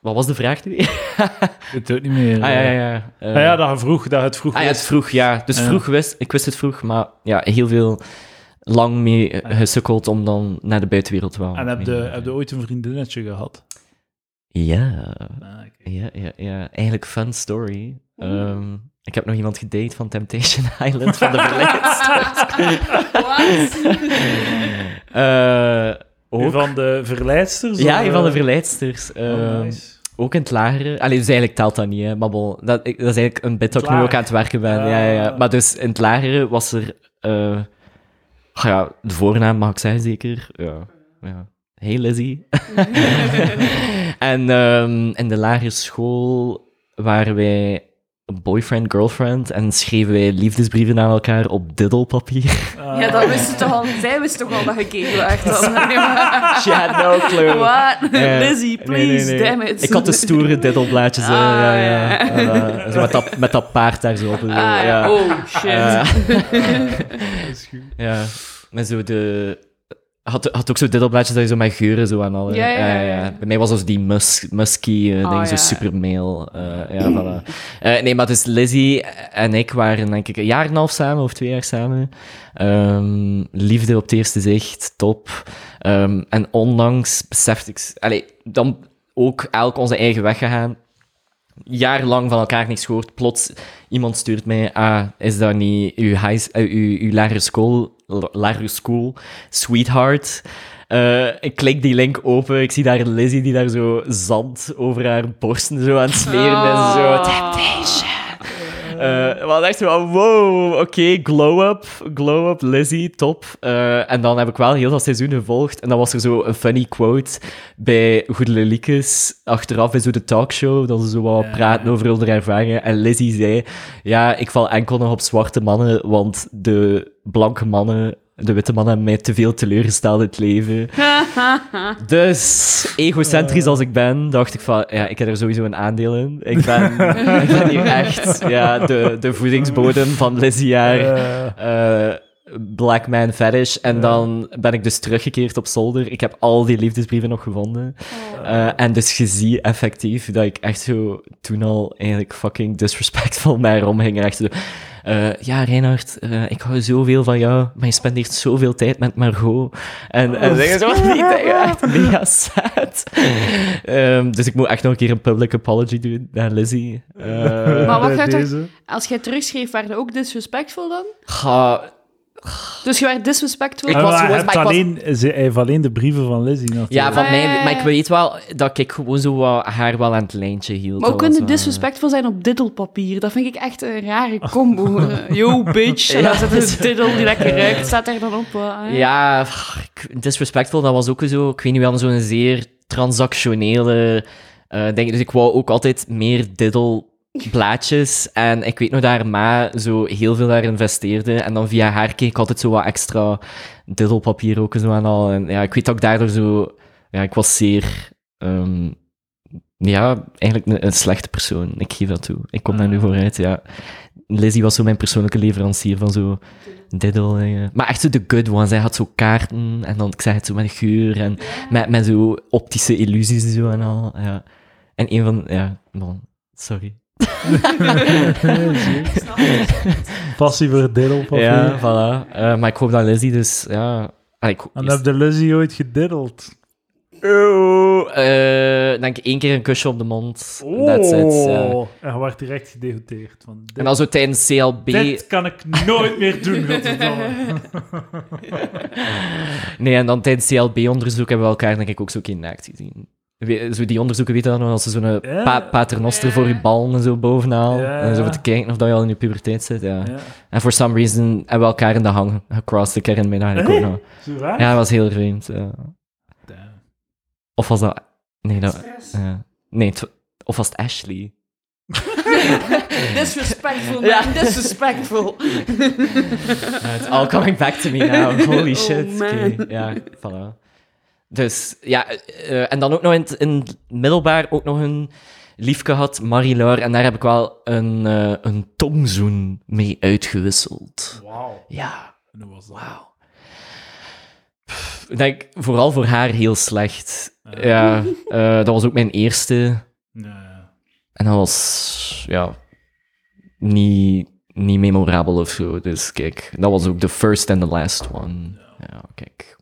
Speaker 3: Wat was de vraag nu? Ah
Speaker 1: Ik weet het ook niet meer.
Speaker 3: ja, ja, ja. Eh,
Speaker 1: Ah, ja, dat je vroeg, dat je het vroeg
Speaker 3: ah, ja, het
Speaker 1: wist.
Speaker 3: vroeg, ja. Dus
Speaker 1: Ja.
Speaker 3: vroeg wist, ik wist het vroeg, maar ja, heel veel lang mee eh,
Speaker 1: Ah, ja.
Speaker 3: gesukkeld om dan naar de buitenwereld te wel.
Speaker 1: En heb je, heb je ooit een vriendinnetje gehad?
Speaker 3: Ja.
Speaker 1: Ah, oké.
Speaker 3: Ja, ja, ja. Eigenlijk fun story.
Speaker 1: Ah.
Speaker 2: Mm.
Speaker 3: Ehm, ik heb nog iemand gedate van Temptation Island van de verleidsters.
Speaker 2: Wat?
Speaker 3: Eh, ook. Eh,
Speaker 1: Van de verleidsters?
Speaker 3: Ja,
Speaker 1: of,
Speaker 3: van de
Speaker 1: eh,
Speaker 3: verleidsters.
Speaker 1: oh,
Speaker 3: Ehm,
Speaker 1: nice.
Speaker 3: ook in het lagere. Allee, dus eigenlijk telt dat niet, hè. Maar bon, dat, ik- dat is eigenlijk een bit dat ik nu
Speaker 1: Laag.
Speaker 3: ook aan het werken ben. Ja, ja, ja. Maar dus in het lagere was er... eh, ah ja, de voornaam mag ik zeggen, zeker. Ja. ja. Hey, Lizzie. en ehm, in de lagere school waren wij boyfriend, girlfriend. En schreven wij liefdesbrieven aan elkaar op diddelpapier.
Speaker 2: Ja, dat wist ze toch al. Zij wist toch al dat je gay werd. dan. Nee, maar-
Speaker 3: She had no clue.
Speaker 2: What?
Speaker 3: Eh,
Speaker 2: Lizzie,
Speaker 3: nee,
Speaker 2: please,
Speaker 3: nee, nee.
Speaker 2: damn it.
Speaker 3: Ik had de stoere diddelblaadjes. eh,
Speaker 2: Ah,
Speaker 3: ja, ja.
Speaker 2: ja.
Speaker 3: Eh, zo met, dat, met dat paard daar zo op. eh,
Speaker 2: Ah,
Speaker 3: ja.
Speaker 2: ja. Oh, shit.
Speaker 3: Eh,
Speaker 1: Dat is goed.
Speaker 3: ja. En zo de... Had, had ook zo diddelblaadjes dat je zo met geuren zo aan alle...
Speaker 2: Ja, ja, ja, ja.
Speaker 3: Bij mij was dat zo die mus, musky eh,
Speaker 2: Ah,
Speaker 3: ding, zo
Speaker 2: ja.
Speaker 3: super male. eh, ja, voilà. Eh, nee, maar dus Lizzie en ik waren denk ik een jaar en een half samen of twee jaar samen. Ehm, liefde op het eerste zicht, top. Ehm, en ondanks besefte ik... Allee, dan ook elk onze eigen weg gegaan. Jarenlang van elkaar niks gehoord. Plots iemand stuurt mij, ah, is dat niet uw, high, eh, uw, uw lagere school, l- lagere school sweetheart? Eh, ik klik die link open, ik zie daar Lizzie die daar zo zand over haar borsten zo aan het smeren is. Zo,
Speaker 2: Oh.
Speaker 3: eh maar echt zo van, wow, oké, glow up, glow up, Lizzie, top. Eh, en dan heb ik wel heel dat seizoen gevolgd. En dan was er zo een funny quote bij Goede Leliekes, achteraf in zo de talkshow, dat ze zo wat
Speaker 1: Ja.
Speaker 3: praten over hun ervaringen. En Lizzie zei, ja, ik val enkel nog op zwarte mannen, want de blanke mannen, de witte mannen hebben mij te veel teleurgesteld in het leven. Dus, egocentrisch als ik ben, dacht ik van, ja, ik heb er sowieso een aandeel in. Ik ben, ik ben hier echt ja, de, de voedingsbodem van Lizzie haar
Speaker 1: Eh,
Speaker 3: eh, black man fetish. En dan ben ik dus teruggekeerd op zolder. Ik heb al die liefdesbrieven nog gevonden. Eh, en dus je ziet effectief dat ik echt zo toen al eigenlijk fucking disrespectful naar haar omhing. En Echt zo, eh, ja, Reinhard, eh, ik hou zoveel van jou, maar je spendeert zoveel tijd met Margot. En, en dingen zo, ik denk echt mega sad. Ehm, dus ik moet echt nog een keer een public apology doen naar Lizzie. Eh,
Speaker 2: Maar wat
Speaker 1: bij
Speaker 2: gaat er-
Speaker 1: deze?
Speaker 2: Als jij terugschreef, waren je ook disrespectvol dan?
Speaker 3: ga-
Speaker 2: Dus je werd disrespectvol?
Speaker 3: Ik
Speaker 1: Ah,
Speaker 3: was
Speaker 1: maar
Speaker 3: gewoon-
Speaker 1: hij, heeft
Speaker 3: maar ik was-
Speaker 1: alleen, ze- hij heeft alleen de brieven van Lizzie natuurlijk.
Speaker 3: Ja, van
Speaker 2: Ah,
Speaker 3: mij.
Speaker 2: ja, ja,
Speaker 3: Maar ik
Speaker 2: ja.
Speaker 3: weet wel dat ik gewoon zo wat haar wel aan het lijntje hield.
Speaker 2: Maar hoe
Speaker 3: Dat was
Speaker 2: kun je
Speaker 3: wel-
Speaker 2: disrespectvol zijn op diddelpapier? Dat vind ik echt een rare combo. Eh, Yo, bitch. En
Speaker 3: Ja.
Speaker 2: dan zit een diddel die lekker ruikt. Staat daar dan op. eh, hè?
Speaker 3: Ja, pff, ik- disrespectful, dat was ook zo. Ik weet niet, we hadden zo'n zeer transactionele eh ding. Dus ik wou ook altijd meer diddelblaadjes. En ik weet nog dat haar ma zo heel veel daar investeerde. En dan via haar keek ik altijd zo wat extra diddelpapier ook zo aan al. En ja, ik weet dat ik daardoor zo... Ja, ik was zeer... ehm, ja, eigenlijk een, een slechte persoon. Ik geef dat toe. Ik kom daar nu vooruit, ja. Lizzie was zo mijn persoonlijke leverancier van zo diddel. eh. Maar echt zo de good ones. Hij had zo kaarten en dan, ik zei het zo met geur en met, met zo optische illusies en zo en al. Ja. En een van, ja, bon, sorry.
Speaker 1: Passie voor het diddelpapier.
Speaker 3: Ja, voilà. Eh, maar ik hoop dat Lizzie dus, ja... ah, Ik,
Speaker 1: En heb de Lizzie ooit gediddeld?
Speaker 3: Oeh, eh, denk ik één keer een kusje op de mond. That's
Speaker 1: Oh.
Speaker 3: it, ja.
Speaker 1: En je werd direct gedegoteerd. Van, dit,
Speaker 3: En dan zo tijdens CLB...
Speaker 1: dit kan ik nooit meer doen, godverdomme.
Speaker 3: Nee, en dan tijdens CLB-onderzoek hebben we elkaar denk ik ook zo keer naakt gezien. We- Zo die onderzoeken weten dan nog als ze zo'n
Speaker 1: Ja.
Speaker 3: pa paternoster voor je ballen en zo bovenaan.
Speaker 1: Eh, Ja.
Speaker 3: En zo te kijken of dat je al in je puberteit zit, ja.
Speaker 1: Ja.
Speaker 3: En for some reason hebben we elkaar in de hang gecrossed. Ik herinner me dat eigenlijk
Speaker 1: Hè?
Speaker 3: ook nog.
Speaker 1: Zo waar?
Speaker 3: Ja, dat was heel vreemd. ja.
Speaker 1: Damn.
Speaker 3: Of was dat... Nee, dat... ja. Nee, het- of was het Ashley?
Speaker 2: Disrespectful, man.
Speaker 3: Ja.
Speaker 2: Disrespectful.
Speaker 3: Ja, it's all coming back to me now. Holy
Speaker 2: Oh,
Speaker 3: shit. Oké,
Speaker 2: man.
Speaker 3: Ja, voilà. Dus ja, eh, eh, en dan ook nog in het, in het middelbaar ook nog een liefke had, Marie-Laure. En daar heb ik wel een, eh, een tongzoen mee uitgewisseld.
Speaker 1: Wauw.
Speaker 3: Ja,
Speaker 1: En dat was dat.
Speaker 3: wauw. Pff, Ik denk vooral voor haar heel slecht. Ja, eh, dat was ook mijn eerste.
Speaker 1: Ja, ja.
Speaker 3: En dat was, ja, niet, niet memorabel of zo. Dus kijk, dat was ook de first and the last one. Ja, kijk.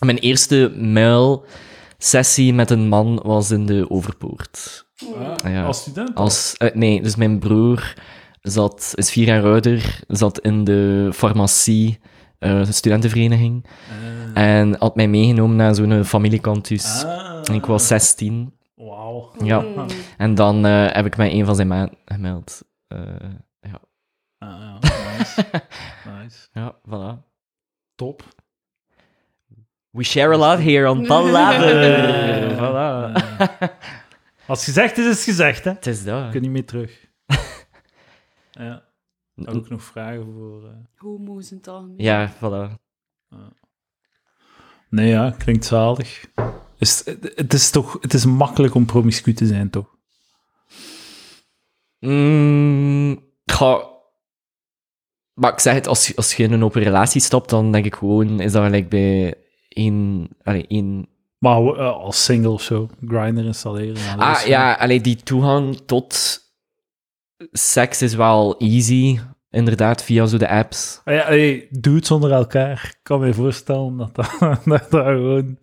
Speaker 3: Mijn eerste muil-sessie met een man was in de Overpoort.
Speaker 1: Ah,
Speaker 3: Ja.
Speaker 1: Als student?
Speaker 3: Als, eh, nee, dus mijn broer zat, is vier jaar ouder, zat in de farmacie, eh, de studentenvereniging.
Speaker 1: Ah.
Speaker 3: En had mij meegenomen naar zo'n familiekantus.
Speaker 1: Ah.
Speaker 3: En ik was 16.
Speaker 1: Wauw.
Speaker 3: Ja.
Speaker 2: Mm.
Speaker 3: En dan eh, heb ik mij een van zijn maat gemeld. Eh,
Speaker 1: Ah, ja, nice. nice.
Speaker 3: ja, voilà.
Speaker 1: Top.
Speaker 3: We share a lot here on Ballader.
Speaker 1: Eh,
Speaker 3: voilà.
Speaker 1: eh. Als gezegd is, is gezegd, hè.
Speaker 3: Het is dat.
Speaker 1: Ik kan niet meer terug. ja. Had ik nog vragen voor... eh,
Speaker 2: Homo's in het algemeen.
Speaker 3: Ja, voilà.
Speaker 1: Nee, ja, klinkt zalig. Is, het is toch... Het is makkelijk om promiscu te zijn, toch?
Speaker 3: Mm, goh. Maar ik zeg het, als, je- als je in een open relatie stapt, dan denk ik gewoon, is dat gelijk bij één... Allee, één
Speaker 1: Maar eh, als single of zo. Grinder installeren. en alles
Speaker 3: ah,
Speaker 1: zo.
Speaker 3: ja, allee, die toegang tot seks is wel easy. Inderdaad, via zo de apps.
Speaker 1: Ah, ja, hey, dudes onder elkaar. Ik kan me voorstellen dat dat, dat, dat gewoon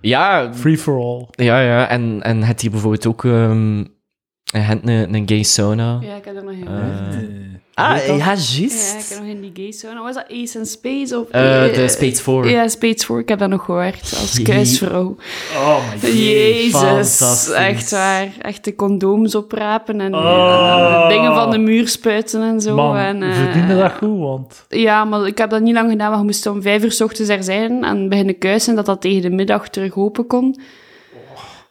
Speaker 3: Ja,
Speaker 1: free for all.
Speaker 3: ja, ja. En, en het hier bijvoorbeeld ook... ehm je hebt een, een gay sauna.
Speaker 2: Ja, ik heb er nog geen.
Speaker 3: Eh,
Speaker 1: Weet dat?
Speaker 3: juist.
Speaker 2: ja, ik heb nog in die gay sauna. nou, Was dat Ace in Space? Of,
Speaker 3: Eh, de
Speaker 2: eh,
Speaker 3: Space 4.
Speaker 2: Ja, Space 4. Ik heb dat nog gehoord. Als
Speaker 3: Jee.
Speaker 2: kuisvrouw.
Speaker 1: Oh my god.
Speaker 2: Jezus,
Speaker 3: fantastisch.
Speaker 2: echt waar. Echt de condooms oprapen en
Speaker 1: Oh.
Speaker 2: eh, dingen van de muur spuiten en zo.
Speaker 1: Man,
Speaker 2: en, eh,
Speaker 1: verdiende dat goed, want...
Speaker 2: Ja, maar ik heb dat niet lang gedaan, maar we moesten om vijf uur 's ochtends er zijn en beginnen kuisen, dat dat tegen de middag terug open kon.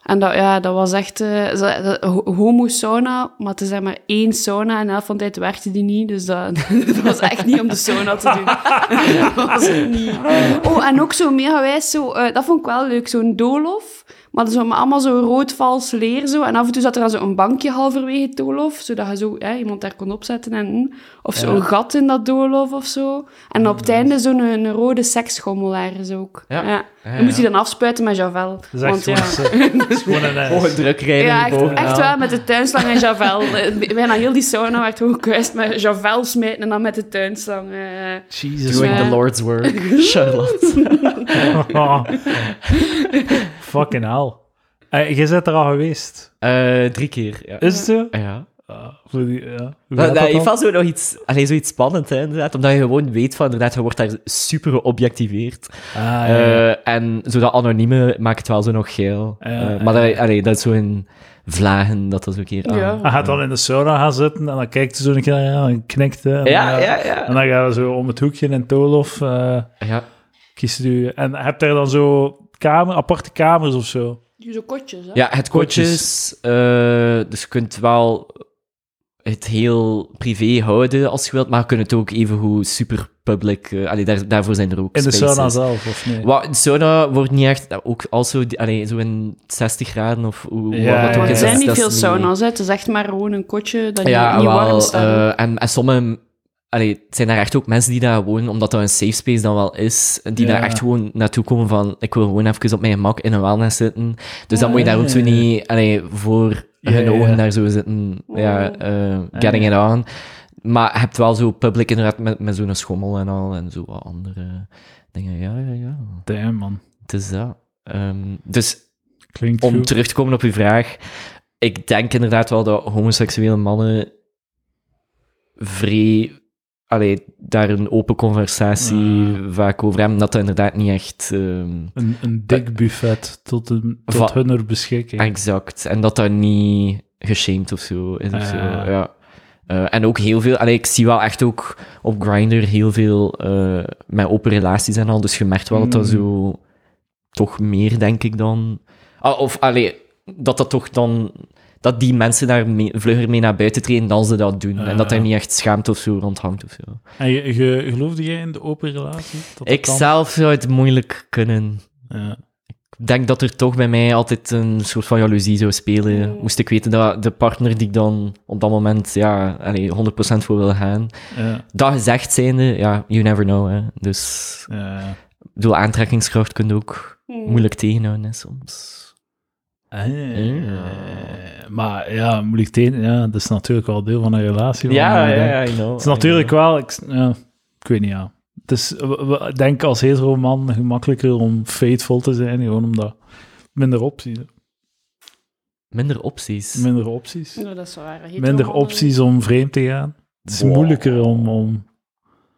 Speaker 2: En dat, ja, dat was echt eh, zo- dat- ho- homo-sauna, maar het is er maar één sauna en de helft van de tijd werkte die niet, dus dat, dat was echt niet om de sauna te doen. dat was het niet. Oh, en ook zo meergewijs, zo, eh, dat vond ik wel leuk, zo'n doolhof, maar zo, maar allemaal zo rood vals leer zo. En af en toe zat er dan zo'n bankje halverwege het doolhof, zodat je zo ja, iemand daar kon opzetten en... mm. Of zo'n gat in dat doolhof of zo. En op het einde zo'n een rode seksschommelaar is ook.
Speaker 3: Ja.
Speaker 2: Ja.
Speaker 3: Ja,
Speaker 2: Dan moet
Speaker 3: ja.
Speaker 2: je dan afspuiten met Javel.
Speaker 1: Dat is echt
Speaker 2: Want ja...
Speaker 1: gewoon, dat is gewoon een... eh,
Speaker 3: Oh, een drukrijder
Speaker 2: Ja, echt,
Speaker 3: bovenaan.
Speaker 2: echt wel, met de tuinslang en Javel. Eh, Bijna heel die sauna werd gewoon gekuist met Javel smijten en dan met de tuinslang. eh.
Speaker 1: Jesus,
Speaker 3: Doing
Speaker 2: Ja.
Speaker 3: the Lord's work, Charlotte.
Speaker 1: Fucking hell. Eh, jij bent er al geweest.
Speaker 3: Eh, drie keer, ja.
Speaker 1: Is het zo?
Speaker 3: ja.
Speaker 1: Ah, voor die, ja. Hoe
Speaker 3: Dat,
Speaker 1: gaat
Speaker 3: dat
Speaker 1: dat
Speaker 3: heeft
Speaker 1: dan?
Speaker 3: wel zo nog iets, allee, zoiets spannends, hè, inderdaad. Omdat je gewoon weet van, inderdaad, je wordt daar super geobjectiveerd.
Speaker 1: Ah, ja, ja.
Speaker 3: Eh, en zo dat anonieme maakt het wel zo nog geel.
Speaker 1: Ja,
Speaker 3: Eh,
Speaker 1: ja,
Speaker 3: maar dat,
Speaker 1: ja.
Speaker 3: allee, dat is zo in vlagen, dat dat zo een keer aan.
Speaker 2: Ja.
Speaker 1: Hij gaat dan in de sauna gaan zitten en dan kijkt hij zo een keer aan en knikt. hè, En,
Speaker 3: Ja,
Speaker 1: eh,
Speaker 3: ja, ja.
Speaker 1: En dan gaan we zo om het hoekje in Tolof eh
Speaker 3: Ja.
Speaker 1: kiezen. Die, en heb daar dan zo kamer, aparte kamers of zo?
Speaker 2: Zo kotjes, hè?
Speaker 3: Ja, het kotjes. eh, dus je kunt wel het heel privé houden als je wilt, maar je kunt het ook evengoed super public. eh, allee, daar, daarvoor zijn er ook
Speaker 1: In de
Speaker 3: spaces.
Speaker 1: sauna zelf, of nee?
Speaker 3: Wa- de sauna wordt niet echt, eh, ook also, die- allee, zo in 60 graden of hoe
Speaker 1: Ja,
Speaker 3: warm
Speaker 1: ja,
Speaker 3: dat
Speaker 1: ja.
Speaker 3: ook
Speaker 2: Want
Speaker 3: is.
Speaker 2: er zijn
Speaker 3: dat
Speaker 2: niet
Speaker 3: is
Speaker 2: veel sauna's, hè. Het is echt maar gewoon een kotje dat
Speaker 3: Ja,
Speaker 2: niet, niet warm
Speaker 3: wel.
Speaker 2: staat.
Speaker 3: eh, en, en sommige, allee, het zijn daar echt ook mensen die daar wonen, omdat dat een safe space dan wel is, die
Speaker 1: Ja.
Speaker 3: daar echt gewoon naartoe komen van, ik wil gewoon even op mijn gemak in een wellness zitten. Dus dan moet je daar ook zo
Speaker 1: Ah.
Speaker 3: niet allee, voor
Speaker 1: Ja,
Speaker 3: hun
Speaker 1: ja, Ah, ja.
Speaker 3: ogen daar zo zitten, ja,
Speaker 2: Oh.
Speaker 3: eh, getting it on. Maar je hebt wel zo public inderdaad met, met zo'n schommel en al, en zo wat andere dingen. Ja, ja, ja.
Speaker 1: Damn, man.
Speaker 3: Het is dat. Ehm, dus
Speaker 1: Klinkt
Speaker 3: om
Speaker 1: goed.
Speaker 3: terug te komen op uw vraag. Ik denk inderdaad wel dat homoseksuele mannen vrij. Allee, daar een open conversatie vaak over hebben. Dat dat inderdaad niet echt. ehm,
Speaker 1: Een, een dik buffet tot, een, tot
Speaker 3: Va-
Speaker 1: hun er beschikking.
Speaker 3: Exact. En dat dat niet geshamed of zo is. of
Speaker 1: Ah,
Speaker 3: zo,
Speaker 1: ja.
Speaker 3: ja. Eh, en ook heel veel, allee, ik zie wel echt ook op Grindr heel veel eh, met open relaties en al. Dus je merkt wel dat dat
Speaker 1: Mm.
Speaker 3: zo toch meer, denk ik dan. Ah, of allee, dat dat toch dan. Dat die mensen daar mee- vlugger mee naar buiten treden dan ze dat doen. en dat
Speaker 1: Ah.
Speaker 3: daar niet echt schaamte of zo rond hangt of zo.
Speaker 1: En je, je- geloofde jij in de open relatie? Dat dat
Speaker 3: Ik
Speaker 1: kan?
Speaker 3: zelf zou het moeilijk kunnen.
Speaker 1: Ja.
Speaker 3: Ik denk dat er toch bij mij altijd een soort van jaloezie zou spelen.
Speaker 2: Mm.
Speaker 3: Moest ik weten dat de partner die ik dan op dat moment ja, allee, 100% voor wil gaan.
Speaker 1: Ja,
Speaker 3: Dat gezegd zijnde, ja, you never know. Hè. Dus
Speaker 1: ja.
Speaker 3: ik bedoel, aantrekkingskracht kun je ook
Speaker 2: Hmm.
Speaker 3: moeilijk tegenhouden hè, soms.
Speaker 1: Eh, Maar ja, moeilijk tegen. Ja, dat is natuurlijk wel deel van een relatie. van, eh, denk-
Speaker 3: I know.
Speaker 1: Het is natuurlijk wel, ik, ja, ik weet niet, ja. Het is, w- w- ik denk als hetero man gemakkelijker om faithful te zijn, gewoon omdat minder opties,
Speaker 3: Minder opties.
Speaker 1: minder opties,
Speaker 2: Ja, dat is waar. Hetero
Speaker 1: minder
Speaker 2: mannen.
Speaker 1: opties om vreemd te gaan. Het is
Speaker 3: Wow.
Speaker 1: moeilijker om, om,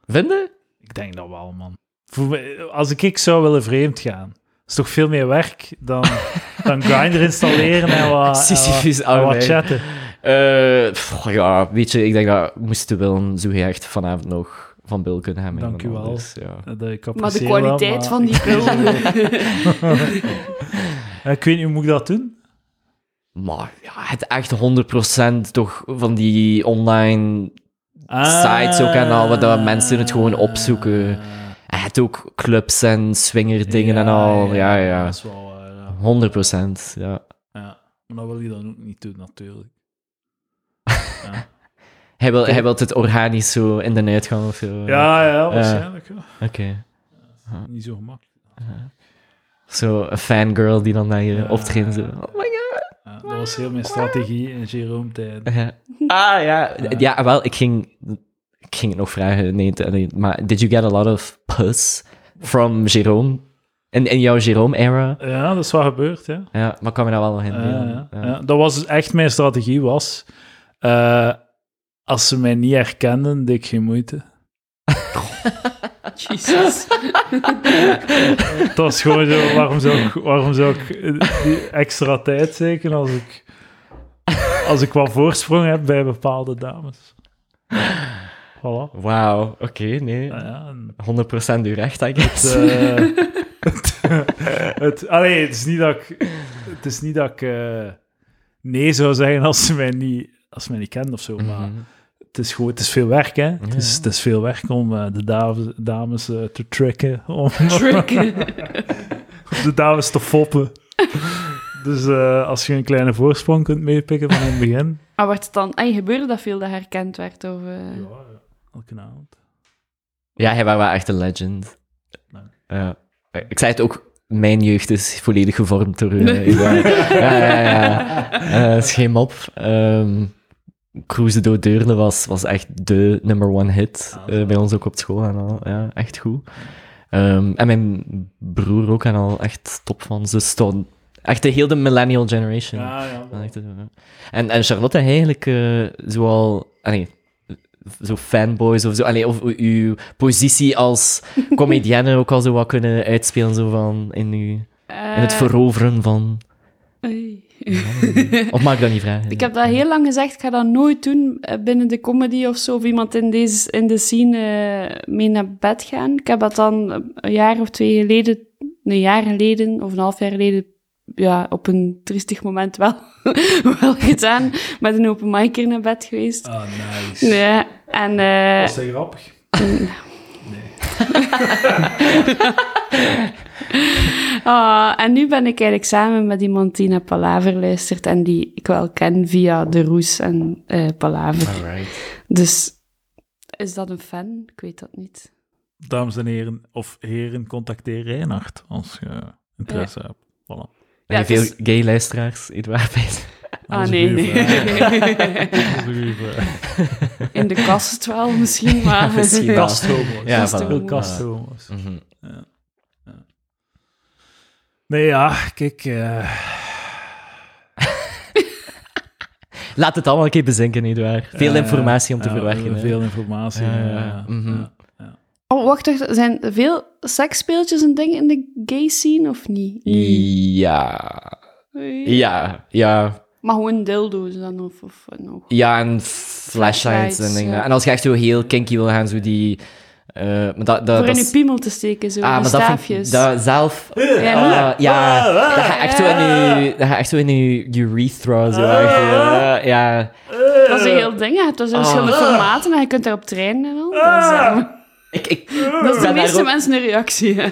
Speaker 3: Vinden?
Speaker 1: ik denk dat wel, man. Voor mij- als ik, ik zou willen vreemd gaan, is toch veel meer werk dan, dan Grindr installeren en wat,
Speaker 3: Sisyphus
Speaker 1: en wat, en wat
Speaker 3: arbeid.
Speaker 1: chatten.
Speaker 3: Eh, pff, ja, weet je, ik denk dat we moesten wel zo echt vanavond nog van Bill kunnen hebben.
Speaker 1: Dank u wel.
Speaker 3: Dus, ja.
Speaker 1: Dat ik
Speaker 2: Maar de
Speaker 1: apprecieer wel,
Speaker 2: kwaliteit
Speaker 1: maar-
Speaker 2: van die pil.
Speaker 1: Eh, Ik weet niet, hoe moet ik dat doen?
Speaker 3: Maar ja, het echt 100% toch van die online. Sites ook en al, waar
Speaker 1: Ah.
Speaker 3: dat mensen het gewoon opzoeken. En het ook clubs en swingerdingen en al. Ja, ja.
Speaker 1: Dat is wel waar, ja.
Speaker 3: 100%. Ja.
Speaker 1: Ja, maar dat wil je dan ook niet doen, natuurlijk. Ja,
Speaker 3: Hij wil, hij wil het organisch zo in de uit gaan of zo.
Speaker 1: ja, ja waarschijnlijk. ja.
Speaker 3: Oké.
Speaker 1: Niet zo gemakkelijk.
Speaker 3: Zo een fangirl die dan naar je optreedt. Zo. Oh my
Speaker 1: Ja, dat was heel mijn strategie in Jerome tijd.
Speaker 3: Ja. Ah ja. Ja, wel, ik ging, ik ging het nog vragen. Nee, t- nee, maar did you get a lot of puss from Jerome? In, in jouw Jerome-era?
Speaker 1: Ja, dat is wat gebeurd, ja.
Speaker 3: Ja, maar kwam je daar wel nog in?
Speaker 1: Ja, ja,
Speaker 3: Ah, Ja.
Speaker 1: ja. Dat was dus echt mijn strategie, was... eh, als ze mij niet herkenden, deed ik geen moeite.
Speaker 2: ah, Jezus.
Speaker 1: Het was gewoon zo, waarom zou ik, waarom zou ik eh, die extra tijd zeker als ik, als ik wat voorsprong heb bij bepaalde dames? Voilà. Nou
Speaker 3: Wauw, oké, nee.
Speaker 1: Ja, ja, en
Speaker 3: 100% uw recht, I guess.
Speaker 1: het, eh, het, het, allee, het is niet dat ik, het is niet dat ik eh, nee zou zeggen als ze mij niet, als ze mij niet kenden of zo, maar
Speaker 3: Mhm.
Speaker 1: het is gewoon, het is veel werk, hè. Het is, het is veel werk om eh, de dames, dames eh, te tricken, om
Speaker 2: Trick.
Speaker 1: de dames te foppen. Dus eh, als je een kleine voorsprong kunt meepikken van in het begin,
Speaker 2: Maar werd het dan... En gebeurde dat veel dat herkend werd? Of, eh?
Speaker 1: elke avond.
Speaker 3: Ja, hij was wel echt een legend.
Speaker 1: Dank.
Speaker 3: Ja. Ik zei het ook, mijn jeugd is volledig gevormd door u.
Speaker 2: Nee.
Speaker 3: ja, ja, ja. ja. Eh, is geen mop. Ehm, Cruise door Deurne was, was echt de number one hit.
Speaker 1: Ah,
Speaker 3: eh,
Speaker 1: zo.
Speaker 3: bij ons ook op school en al. Ja, echt goed. Ehm, en mijn broer ook en al echt top van. Ze stond echt de hele millennial generation.
Speaker 1: Ja, ja.
Speaker 3: Ja, echt, eh, En, en Charlotte eigenlijk eh, zoal... ah, Nee, zo fanboys of zo. Allee, of u- uw positie als comedienne ook al zo wat kunnen uitspelen zo van in, uw, in het
Speaker 2: Eh,
Speaker 3: veroveren van...
Speaker 2: oei.
Speaker 3: Of mag ik dat niet vragen?
Speaker 2: Ik heb dat heel lang gezegd, ik ga dat nooit doen eh, binnen de comedy of zo, of iemand in, deze, in de scene eh, mee naar bed gaan. Ik heb dat dan eh, een jaar of twee geleden, een jaar geleden of een half jaar geleden, ja, op een triestig moment wel, wel gedaan, met een open micer naar bed geweest.
Speaker 1: Ah, nice.
Speaker 2: Ja, en... eh,
Speaker 1: dat grappig?
Speaker 2: Ah, en nu ben ik eigenlijk samen met iemand die naar Palaver luistert en die ik wel ken via De Roes en eh, Palaver.
Speaker 3: Alright.
Speaker 2: Dus is dat een fan? Ik weet dat niet.
Speaker 1: Dames en heren, of heren, contacteer Reinhard als je interesse hebt. Voilà.
Speaker 2: Ja,
Speaker 3: Heb je
Speaker 2: het
Speaker 3: veel gay luisteraars, Edouard?
Speaker 1: Dat
Speaker 2: Ah,
Speaker 1: is een
Speaker 2: nee,
Speaker 1: goeie
Speaker 2: nee.
Speaker 1: Dat is een goeie vraag.
Speaker 2: In de kast wel misschien, maar...
Speaker 3: Ja, misschien wel.
Speaker 1: Kasthomo's.
Speaker 3: Ja,
Speaker 2: Kasthomo's.
Speaker 1: Veel
Speaker 3: voilà.
Speaker 1: kasthomo's.
Speaker 3: Mhm.
Speaker 1: Nee, ja, kijk. eh,
Speaker 3: Laat het allemaal een keer bezinken, Edouard. Veel
Speaker 1: eh,
Speaker 3: informatie om te
Speaker 1: ja,
Speaker 3: verwerken. hè.
Speaker 1: Veel informatie.
Speaker 3: Ja,
Speaker 1: Ja,
Speaker 3: ja,
Speaker 1: ja,
Speaker 3: mhm.
Speaker 1: ja.
Speaker 2: Oh, wacht, wacht. Er Zijn veel seksspeeltjes en dingen in de gay scene, of niet? Nee.
Speaker 3: Ja. Ja. Ja.
Speaker 2: Maar gewoon dildo's dan, of, of nog.
Speaker 3: Ja, en flashlights en dingen.
Speaker 2: ja.
Speaker 3: En als je echt zo heel kinky wil gaan, zo die... eh, maar dat, dat,
Speaker 2: Voor
Speaker 3: dat
Speaker 2: in je
Speaker 3: is-
Speaker 2: piemel te steken, zo,
Speaker 3: Ah,
Speaker 2: die
Speaker 3: maar dat vind
Speaker 2: staafjes.
Speaker 3: ik- dat zelf...
Speaker 2: Ja.
Speaker 3: Ah, ja, dat ga je echt zo in je, dat ga je echt zo in je urethra
Speaker 1: Ah.
Speaker 3: zo. echt, eh, ja.
Speaker 2: Dat
Speaker 3: Eh.
Speaker 2: is een heel ding. Je hebt daar zo
Speaker 3: Ah.
Speaker 2: verschillende formaten en je kunt daarop trainen en al. Dat is, eh,
Speaker 3: Ik, Ah. ik
Speaker 2: dat is de
Speaker 3: ben, daar
Speaker 2: meeste
Speaker 3: ook, Oh.
Speaker 2: mensen een reactie.
Speaker 1: Ah.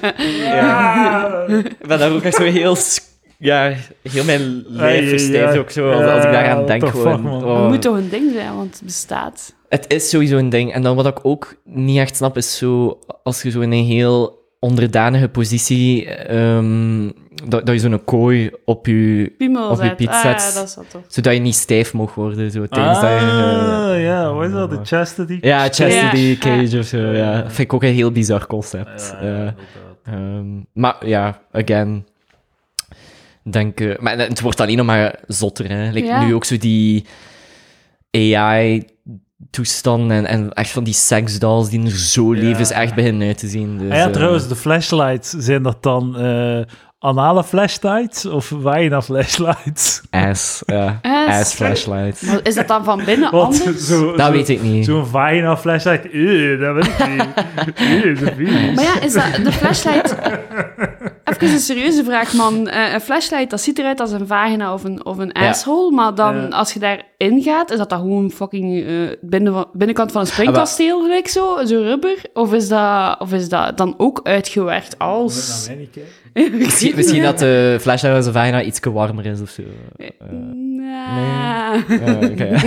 Speaker 3: ik ben daar ook echt zo heel... s- Ja, heel mijn
Speaker 1: Ai, ai,
Speaker 3: lijf verstijft
Speaker 1: ai.
Speaker 3: ook zo als, als ik daaraan
Speaker 1: Ja,
Speaker 3: denk.
Speaker 1: what the
Speaker 3: gewoon.
Speaker 1: fuck, man.
Speaker 3: Oh.
Speaker 2: Het moet toch een ding zijn, want het bestaat.
Speaker 3: Het is sowieso een ding. En dan wat ik ook niet echt snap, is zo als je zo in een heel onderdanige positie, ehm, dat, dat je zo'n kooi op je,
Speaker 2: Piemel
Speaker 3: Of je
Speaker 2: zet.
Speaker 3: piet
Speaker 2: ah,
Speaker 3: zet.
Speaker 2: ja, dat is dat toch.
Speaker 3: zodat je niet stijf mag worden. Zo, tijdens
Speaker 1: Ah,
Speaker 3: dat je, eh,
Speaker 1: ja, wat is dat? De chastity?
Speaker 3: ja, chastity
Speaker 2: Ja,
Speaker 3: cage of zo. Ja. Vind ik ook een heel bizar concept.
Speaker 1: Ja,
Speaker 3: Eh,
Speaker 1: ja, inderdaad.
Speaker 3: ehm, maar ja, again. Denk, eh, maar het wordt alleen nog maar zotter. Hè. Like,
Speaker 2: Ja.
Speaker 3: Nu ook zo die AI-toestanden en, en echt van die seksdolls die er zo
Speaker 1: Ja.
Speaker 3: levens echt beginnen uit te zien. Dus,
Speaker 1: Ah ja,
Speaker 3: eh,
Speaker 1: trouwens, de flashlights, zijn dat dan eh, anale flashlights of vagina flashlights?
Speaker 3: Ass, ja.
Speaker 2: Ass.
Speaker 3: Ass flashlights.
Speaker 2: Maar Is dat dan van binnen
Speaker 1: Want
Speaker 2: anders?
Speaker 1: zo-
Speaker 3: Dat
Speaker 1: zo-
Speaker 3: weet ik niet.
Speaker 1: Zo'n vagina flashlight, eh, dat weet ik niet. Eh, dat weet ik niet.
Speaker 2: Maar ja, is dat de flashlight... Even een serieuze vraag, man. Eh, een flashlight, dat ziet eruit als een vagina of een, of een
Speaker 3: Ja.
Speaker 2: asshole, maar dan,
Speaker 1: Ja.
Speaker 2: als je daarin gaat, is dat dan gewoon fucking eh, binnen, binnenkant van een
Speaker 3: Ah,
Speaker 2: springkasteel, gelijk zo, zo rubber? Of is dat, of is dat dan ook uitgewerkt
Speaker 1: Naar
Speaker 2: als...
Speaker 1: mij niet kijken.
Speaker 2: Ik
Speaker 3: Misschien,
Speaker 2: weet
Speaker 3: misschien
Speaker 2: niet.
Speaker 3: dat de flashlight van zijn vagina iets warmer is of zo. Eh,
Speaker 2: Nah.
Speaker 3: ja, oké.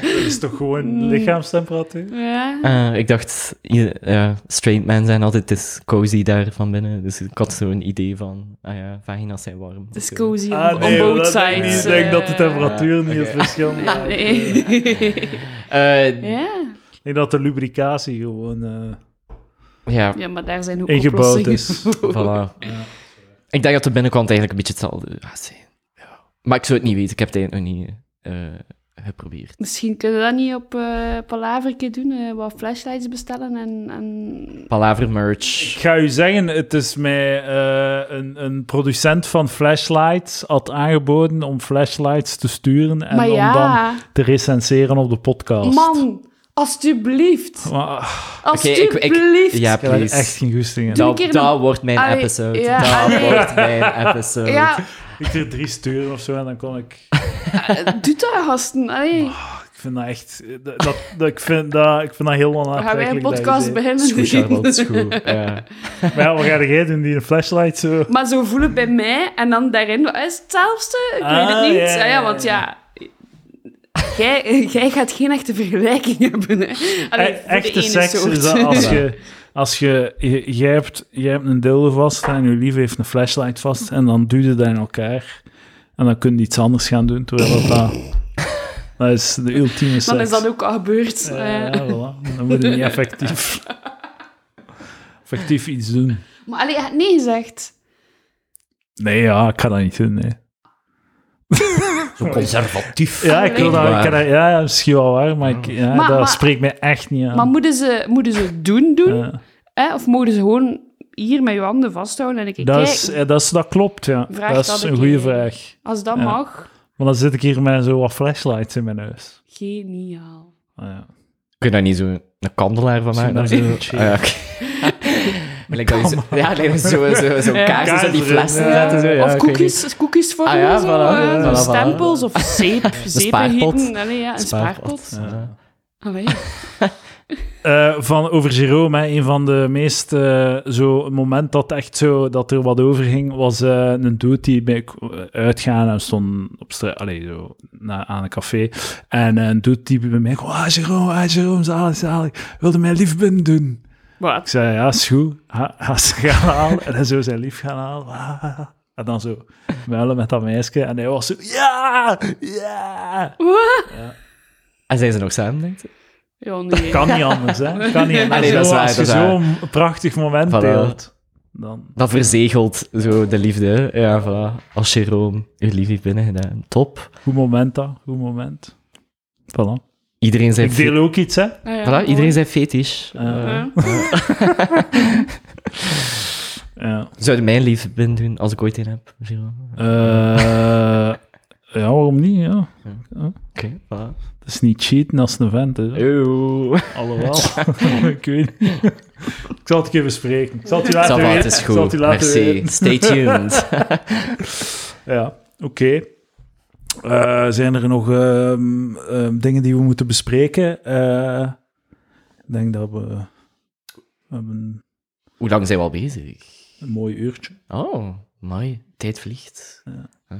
Speaker 1: Dat is toch
Speaker 2: Hmm.
Speaker 1: gewoon lichaamstemperatuur?
Speaker 2: Ja.
Speaker 3: Eh, ik dacht, je- ja, straight men zijn altijd het is cozy daar van binnen. Dus ik had zo'n idee van, ah ja, vagina's zijn warm.
Speaker 2: Het is
Speaker 3: Zo.
Speaker 2: cozy
Speaker 1: Ah,
Speaker 2: on both
Speaker 1: dat denk ik
Speaker 2: sides.
Speaker 1: niet. Ik denk dat de
Speaker 2: eh.
Speaker 1: temperatuur niet
Speaker 3: Oké.
Speaker 1: het verschil
Speaker 2: Ja,
Speaker 1: maakt.
Speaker 2: nee.
Speaker 3: Eh,
Speaker 2: ja.
Speaker 1: Ik denk dat de lubricatie gewoon eh,
Speaker 3: ja,
Speaker 2: ja, maar daar zijn ook
Speaker 1: ingebouwd
Speaker 2: oplossingen
Speaker 1: is.
Speaker 3: voilà.
Speaker 1: Ja.
Speaker 3: Ik denk dat de binnenkant eigenlijk een beetje hetzelfde gaat zijn. Ja. Maar ik zou het niet weten, ik heb het eigenlijk nog niet eh, geprobeerd.
Speaker 2: Misschien kunnen we dat niet op eh Palaverke doen, eh, wat flashlights bestellen en... en...
Speaker 3: Palaver merch.
Speaker 1: Ik ga u zeggen, het is mij eh, een, een producent van flashlights had aangeboden om flashlights te sturen en
Speaker 2: maar
Speaker 1: om dan
Speaker 2: ja,
Speaker 1: te recenseren op de podcast.
Speaker 2: man, alstublieft,
Speaker 1: Maar, ah,
Speaker 2: alstublieft.
Speaker 3: ja,
Speaker 1: ik heb er
Speaker 3: please.
Speaker 1: echt geen goesting in.
Speaker 2: Doe een
Speaker 3: dat,
Speaker 2: keer
Speaker 3: dat
Speaker 2: een-
Speaker 3: wordt mijn
Speaker 2: Allee,
Speaker 3: episode.
Speaker 2: ja,
Speaker 3: dat
Speaker 2: allee.
Speaker 3: wordt mijn episode.
Speaker 2: Ja,
Speaker 1: Ik deed drie sturen of zo en dan kon ik...
Speaker 2: eh, doe dat, gasten. Allee,
Speaker 1: Ik vind dat echt... Dat, dat, dat- ik, vind dat, ik vind dat heel
Speaker 2: dan gaan wij
Speaker 1: onaantrekkelijk.
Speaker 2: een
Speaker 1: dat je
Speaker 2: podcast
Speaker 1: zei.
Speaker 2: beginnen.
Speaker 3: Schoe, Charlotte, schoe. Ja.
Speaker 1: Maar ja, wat ga jij doen? Die een flashlight zo...
Speaker 2: Maar zo voelen bij mij en dan daarin wat is hetzelfde. Ik weet
Speaker 1: Ah,
Speaker 2: het niet.
Speaker 1: ja,
Speaker 2: Ah,
Speaker 1: ja,
Speaker 2: ja, want ja. Jij, jij gaat geen echte vergelijking hebben. Hè. Allee,
Speaker 1: E-
Speaker 2: voor de
Speaker 1: echte
Speaker 2: ene
Speaker 1: seks
Speaker 2: soort.
Speaker 1: is dat als
Speaker 3: Voilà.
Speaker 1: je... Als je, je- jij, hebt, jij hebt een dildo vast en je lief heeft een flashlight vast en dan duwt je dat in elkaar. En dan kun je iets anders gaan doen, terwijl dat... Dat, dat is de ultieme seks.
Speaker 2: Dan is dat ook al gebeurd.
Speaker 1: Eh,
Speaker 2: eh.
Speaker 1: ja, voilà. Dan moet je niet effectief... effectief iets doen.
Speaker 2: Maar allee, je hebt nee gezegd.
Speaker 1: Nee, ja, ik ga dat niet doen, nee.
Speaker 3: Zo conservatief.
Speaker 1: Ja, ik wil dat... Ik kan dat- ja, ja, misschien wel waar, maar, ik, ja,
Speaker 2: Maar-
Speaker 1: dat
Speaker 2: maar-
Speaker 1: spreekt mij echt niet aan.
Speaker 2: Maar moeten ze, moeten ze doen doen?
Speaker 1: Ja.
Speaker 2: Hè? Of mogen ze gewoon hier met je handen vasthouden en ik
Speaker 1: Dat,
Speaker 2: kijk,
Speaker 1: is, eh, dat, is, dat klopt, ja.
Speaker 2: Vraag
Speaker 1: dat
Speaker 2: dat
Speaker 1: is
Speaker 2: ik
Speaker 1: een goede
Speaker 2: je-
Speaker 1: vraag.
Speaker 2: als dat
Speaker 1: ja.
Speaker 2: mag,
Speaker 1: Want dan zit ik hier met zo wat flashlights in mijn neus.
Speaker 2: geniaal.
Speaker 1: Ah, ja.
Speaker 3: Kun je daar niet zo een kandelaar van maken?
Speaker 1: Misschien
Speaker 3: of
Speaker 1: maar
Speaker 3: zo?
Speaker 1: zo'n
Speaker 3: Ah, ja, oké. Lijkt dat je zo- Ja, lijkt dat je zo- zo- zo'n
Speaker 2: Ja.
Speaker 3: kaarsjes in die
Speaker 1: Kaarsen,
Speaker 3: flessen
Speaker 1: ja.
Speaker 3: zetten. Zo. Ja,
Speaker 2: of
Speaker 3: ik weet niet.
Speaker 2: koekjes, koekjes voor
Speaker 3: Ah ja,
Speaker 2: zo,
Speaker 3: voilà,
Speaker 2: eh,
Speaker 3: voilà,
Speaker 2: zo
Speaker 3: voilà.
Speaker 2: stempels of zeep. zeep
Speaker 3: spaarpot.
Speaker 2: heten. Allee, ja, een spaarpot.
Speaker 3: Ja.
Speaker 2: Allee.
Speaker 1: Eh, van over Jerome, hè, een van de meest eh, zo een moment dat echt zo dat er wat over ging, was eh, een dude die bij eh, uitgaan en stond op straat, allee, zo na- aan een café. En eh, een dude die bij mij kwam, ah Jerome, ah Jerome, zalig, zalig, wilde mij lief binnen doen. Ik
Speaker 2: Wat?
Speaker 1: zei, ja, is goed, ga, ga ze gaan halen. En hij zo zijn lief gaan halen. Ah, ah, ah. En dan zo muilen met dat meisje. En hij was zo, ja, ja.
Speaker 3: En zijn ze nog samen, denk je?
Speaker 2: Ja, nee.
Speaker 1: Kan niet anders, hè. Kan niet anders.
Speaker 3: Allee, dat is
Speaker 1: Zo,
Speaker 3: waar,
Speaker 1: als je
Speaker 3: dat is waar.
Speaker 1: zo'n prachtig moment
Speaker 3: Voilà.
Speaker 1: deelt, dan...
Speaker 3: Dat verzegelt zo de liefde. hè. Ja, voilà. Als Jerome je lief heeft binnengedaan. Top.
Speaker 1: Goed moment, dat. Goed moment. Voilà.
Speaker 3: Iedereen zijn,
Speaker 1: Ik deel
Speaker 3: fe-
Speaker 1: ook iets, hè.
Speaker 2: Ah ja,
Speaker 3: voilà,
Speaker 2: mooi.
Speaker 3: iedereen zijn fetisch.
Speaker 1: Ja.
Speaker 3: Eh,
Speaker 2: Ja.
Speaker 1: Ja.
Speaker 3: zou je mijn lief binnen doen als ik ooit een heb, Jerome?
Speaker 1: Eh, ja, waarom niet, ja.
Speaker 3: Oké, voilà.
Speaker 1: Het is niet cheaten als het een vent is. hè.
Speaker 3: Eeuw.
Speaker 1: Eh, Alhoewel, ik weet niet. Ik zal het een keer bespreken. Ik zal het je laten
Speaker 3: Sava,
Speaker 1: weten.
Speaker 3: het is
Speaker 1: Ik zal het
Speaker 3: goed.
Speaker 1: je laten
Speaker 3: Merci.
Speaker 1: weten.
Speaker 3: Stay tuned.
Speaker 1: Ja, oké. Eh, zijn er nog ehm, ehm, dingen die we moeten bespreken? Eh, ik denk dat we, we hebben
Speaker 3: Hoe lang zijn we al bezig?
Speaker 1: een mooi uurtje.
Speaker 3: Oh, mooi. Tijd vliegt.
Speaker 1: Eh,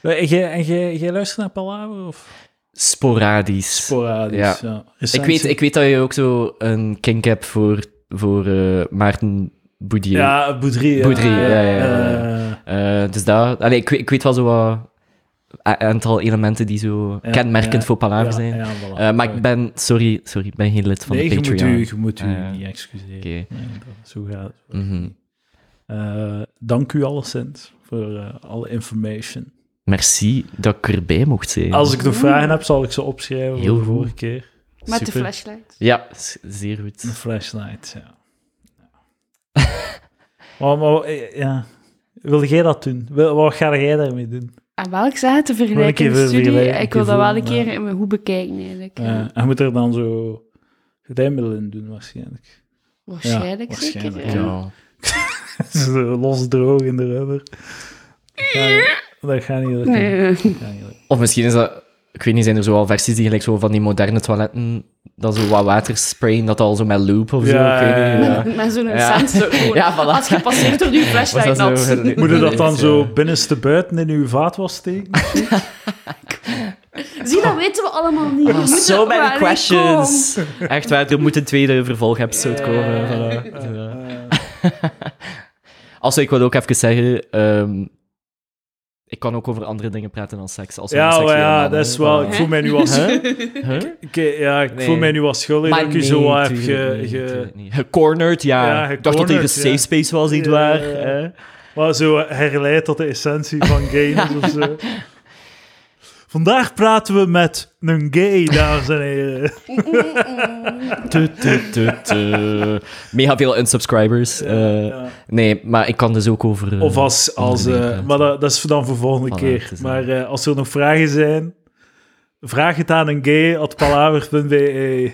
Speaker 1: En jij- en jij jij luistert naar Palaver of
Speaker 3: Sporadisch.
Speaker 1: sporadisch?
Speaker 3: Ja. ik, weet, ik weet dat je ook zo een kink hebt voor, voor eh, Maarten Boudier.
Speaker 1: Ja, Boudry. ja.
Speaker 3: Boudry, ja, ja, ja.
Speaker 1: Eh,
Speaker 3: Eh, dus daar, allee, ik, weet- ik weet wel zo wat a- aantal elementen die zo
Speaker 1: ja,
Speaker 3: kenmerkend
Speaker 1: ja,
Speaker 3: voor Palaver
Speaker 1: ja,
Speaker 3: zijn.
Speaker 1: ja, voilà.
Speaker 3: Eh, maar ik ben, sorry, sorry, ik ben geen lid van
Speaker 1: nee,
Speaker 3: de
Speaker 1: je moet
Speaker 3: Patreon.
Speaker 1: u, je moet u
Speaker 3: Ah, ja.
Speaker 1: niet excuseren.
Speaker 3: Oké.
Speaker 1: Nee, dat- zo gaat het.
Speaker 3: Mhm.
Speaker 1: Eh, dank u alleszins voor eh, alle information.
Speaker 3: Merci dat ik erbij mocht zijn.
Speaker 1: Als ik nog vragen heb, zal ik ze opschrijven
Speaker 3: Heel
Speaker 1: voor de
Speaker 3: goed.
Speaker 1: vorige keer.
Speaker 2: Met de
Speaker 1: Super.
Speaker 2: flashlight.
Speaker 3: Ja, s- zeer
Speaker 1: Een
Speaker 3: goed.
Speaker 1: flashlight, ja. Maar, maar, eh, ja. Wil jij dat doen? Wil- Wat ga jij daarmee doen?
Speaker 2: En wel, ik zeg het, de vergelijkende
Speaker 1: even
Speaker 2: studie,
Speaker 1: vergelijken,
Speaker 2: ik wil dat wel een
Speaker 1: voelen,
Speaker 2: keer
Speaker 1: ja.
Speaker 2: in mijn hoed bekijken, eigenlijk.
Speaker 1: Eh, en je moet er dan zo gordijnmiddelen in doen, waarschijnlijk.
Speaker 2: Waarschijnlijk,
Speaker 1: Ja,
Speaker 2: zeker.
Speaker 1: waarschijnlijk,
Speaker 2: ja.
Speaker 3: Ja.
Speaker 1: Zo los droog in de rubber. Dat, dat gaat niet lukken.
Speaker 2: Nee,
Speaker 1: Dat gaat niet lukken.
Speaker 3: Of misschien is dat... Ik weet niet, zijn er zo al versies die gelijk zo van die moderne toiletten... dat zo wat water sprayen, dat al zo met loop of zo.
Speaker 1: Ja,
Speaker 3: ik weet niet,
Speaker 1: ja, ja.
Speaker 2: met, met zo'n
Speaker 3: Ja.
Speaker 2: sensor. gewoon.
Speaker 3: Ja, voilà.
Speaker 2: Als je passeert door die
Speaker 3: Was
Speaker 2: flashlight
Speaker 3: dat
Speaker 2: nat.
Speaker 3: zo gele-
Speaker 1: Moet je dat
Speaker 3: Ja.
Speaker 1: dan zo binnenste buiten in uw vaatwas steken?
Speaker 2: Zie, dat weten we allemaal niet. We
Speaker 3: Ah,
Speaker 2: moeten
Speaker 3: so many
Speaker 2: maar-
Speaker 3: questions. Echt waar, er moet een tweede vervolgepisode komen. Voilà. Also, ik wil ook even zeggen... ehm, ik kan ook over andere dingen praten dan seks. Als we
Speaker 1: Ja,
Speaker 3: over seks
Speaker 1: maar
Speaker 3: leren,
Speaker 1: ja,
Speaker 3: dan,
Speaker 1: dat
Speaker 3: hè.
Speaker 1: is wel...
Speaker 3: Voilà.
Speaker 1: Ik voel mij nu als...
Speaker 3: Huh?
Speaker 1: Ik, ja, ik
Speaker 3: Nee.
Speaker 1: voel mij nu als schuldig dat
Speaker 3: Maar
Speaker 1: ik u
Speaker 3: nee,
Speaker 1: zo wat heb
Speaker 3: tuurlijk
Speaker 1: ge...
Speaker 3: niet,
Speaker 1: ge
Speaker 3: tuurlijk niet. Gecornerd, ja.
Speaker 1: Ja,
Speaker 3: ik dacht dat het een
Speaker 1: gecornerd,
Speaker 3: safe
Speaker 1: ja.
Speaker 3: space was, niet
Speaker 1: Ja,
Speaker 3: waar?
Speaker 1: ja, ja.
Speaker 3: hè?
Speaker 1: maar zo herleid tot de essentie van games of zo. Vandaag praten we met een gay, dames en heren.
Speaker 3: Tu, tu, tu, tu. Mega veel unsubscribers. eh.
Speaker 1: Ja.
Speaker 3: Nee, maar ik kan dus ook over... eh,
Speaker 1: Of als... als
Speaker 3: andere dingen
Speaker 1: eh,
Speaker 3: praten.
Speaker 1: maar dat, dat is dan voor volgende
Speaker 3: Voilà,
Speaker 1: keer.
Speaker 3: het is
Speaker 1: Maar eh, als er nog vragen zijn, vraag het aan een gay at palaver.be.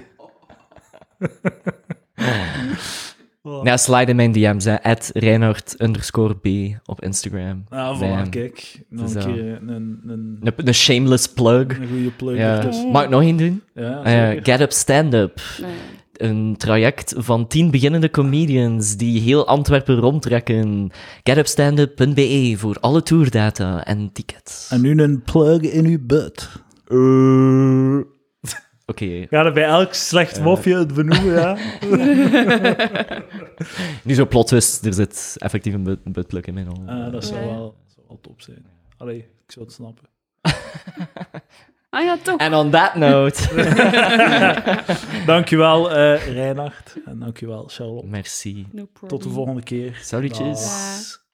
Speaker 3: Ja, slide in mijn DM's, hè. At Reinhard underscore B op Instagram.
Speaker 1: Nou,
Speaker 3: Bam.
Speaker 1: voilà, kijk. Nog
Speaker 3: Het
Speaker 1: een
Speaker 3: is
Speaker 1: keer een, een, een,
Speaker 3: Een, een shameless plug.
Speaker 1: een goede plug.
Speaker 3: Ja.
Speaker 1: ertussen.
Speaker 3: Mag ik nog één doen?
Speaker 1: Ja,
Speaker 3: Eh,
Speaker 1: zeker.
Speaker 3: get Up Stand Up.
Speaker 2: Nee.
Speaker 3: Een traject van tien beginnende comedians die heel Antwerpen rondtrekken. GetUpStandup.be E voor alle tourdata en tickets.
Speaker 1: En nu een plug in uw butt. Eh.
Speaker 3: Oké,
Speaker 1: Ga dat bij elk slecht
Speaker 3: Eh.
Speaker 1: mofje het benoemen, ja.
Speaker 3: nu zo plot twist, er zit effectief een butt- een buttplug in mijn hol.
Speaker 1: Ah, dat zou
Speaker 2: Ja.
Speaker 1: wel, dat zou wel top zijn. Allee, ik zou het snappen.
Speaker 2: Ah ja, toch.
Speaker 3: En on that note...
Speaker 1: Dankjewel, eh Reinhard. En dankjewel, Charlotte.
Speaker 3: Merci.
Speaker 2: No problem.
Speaker 1: Tot de volgende keer.
Speaker 3: Salutjes.
Speaker 2: Dag.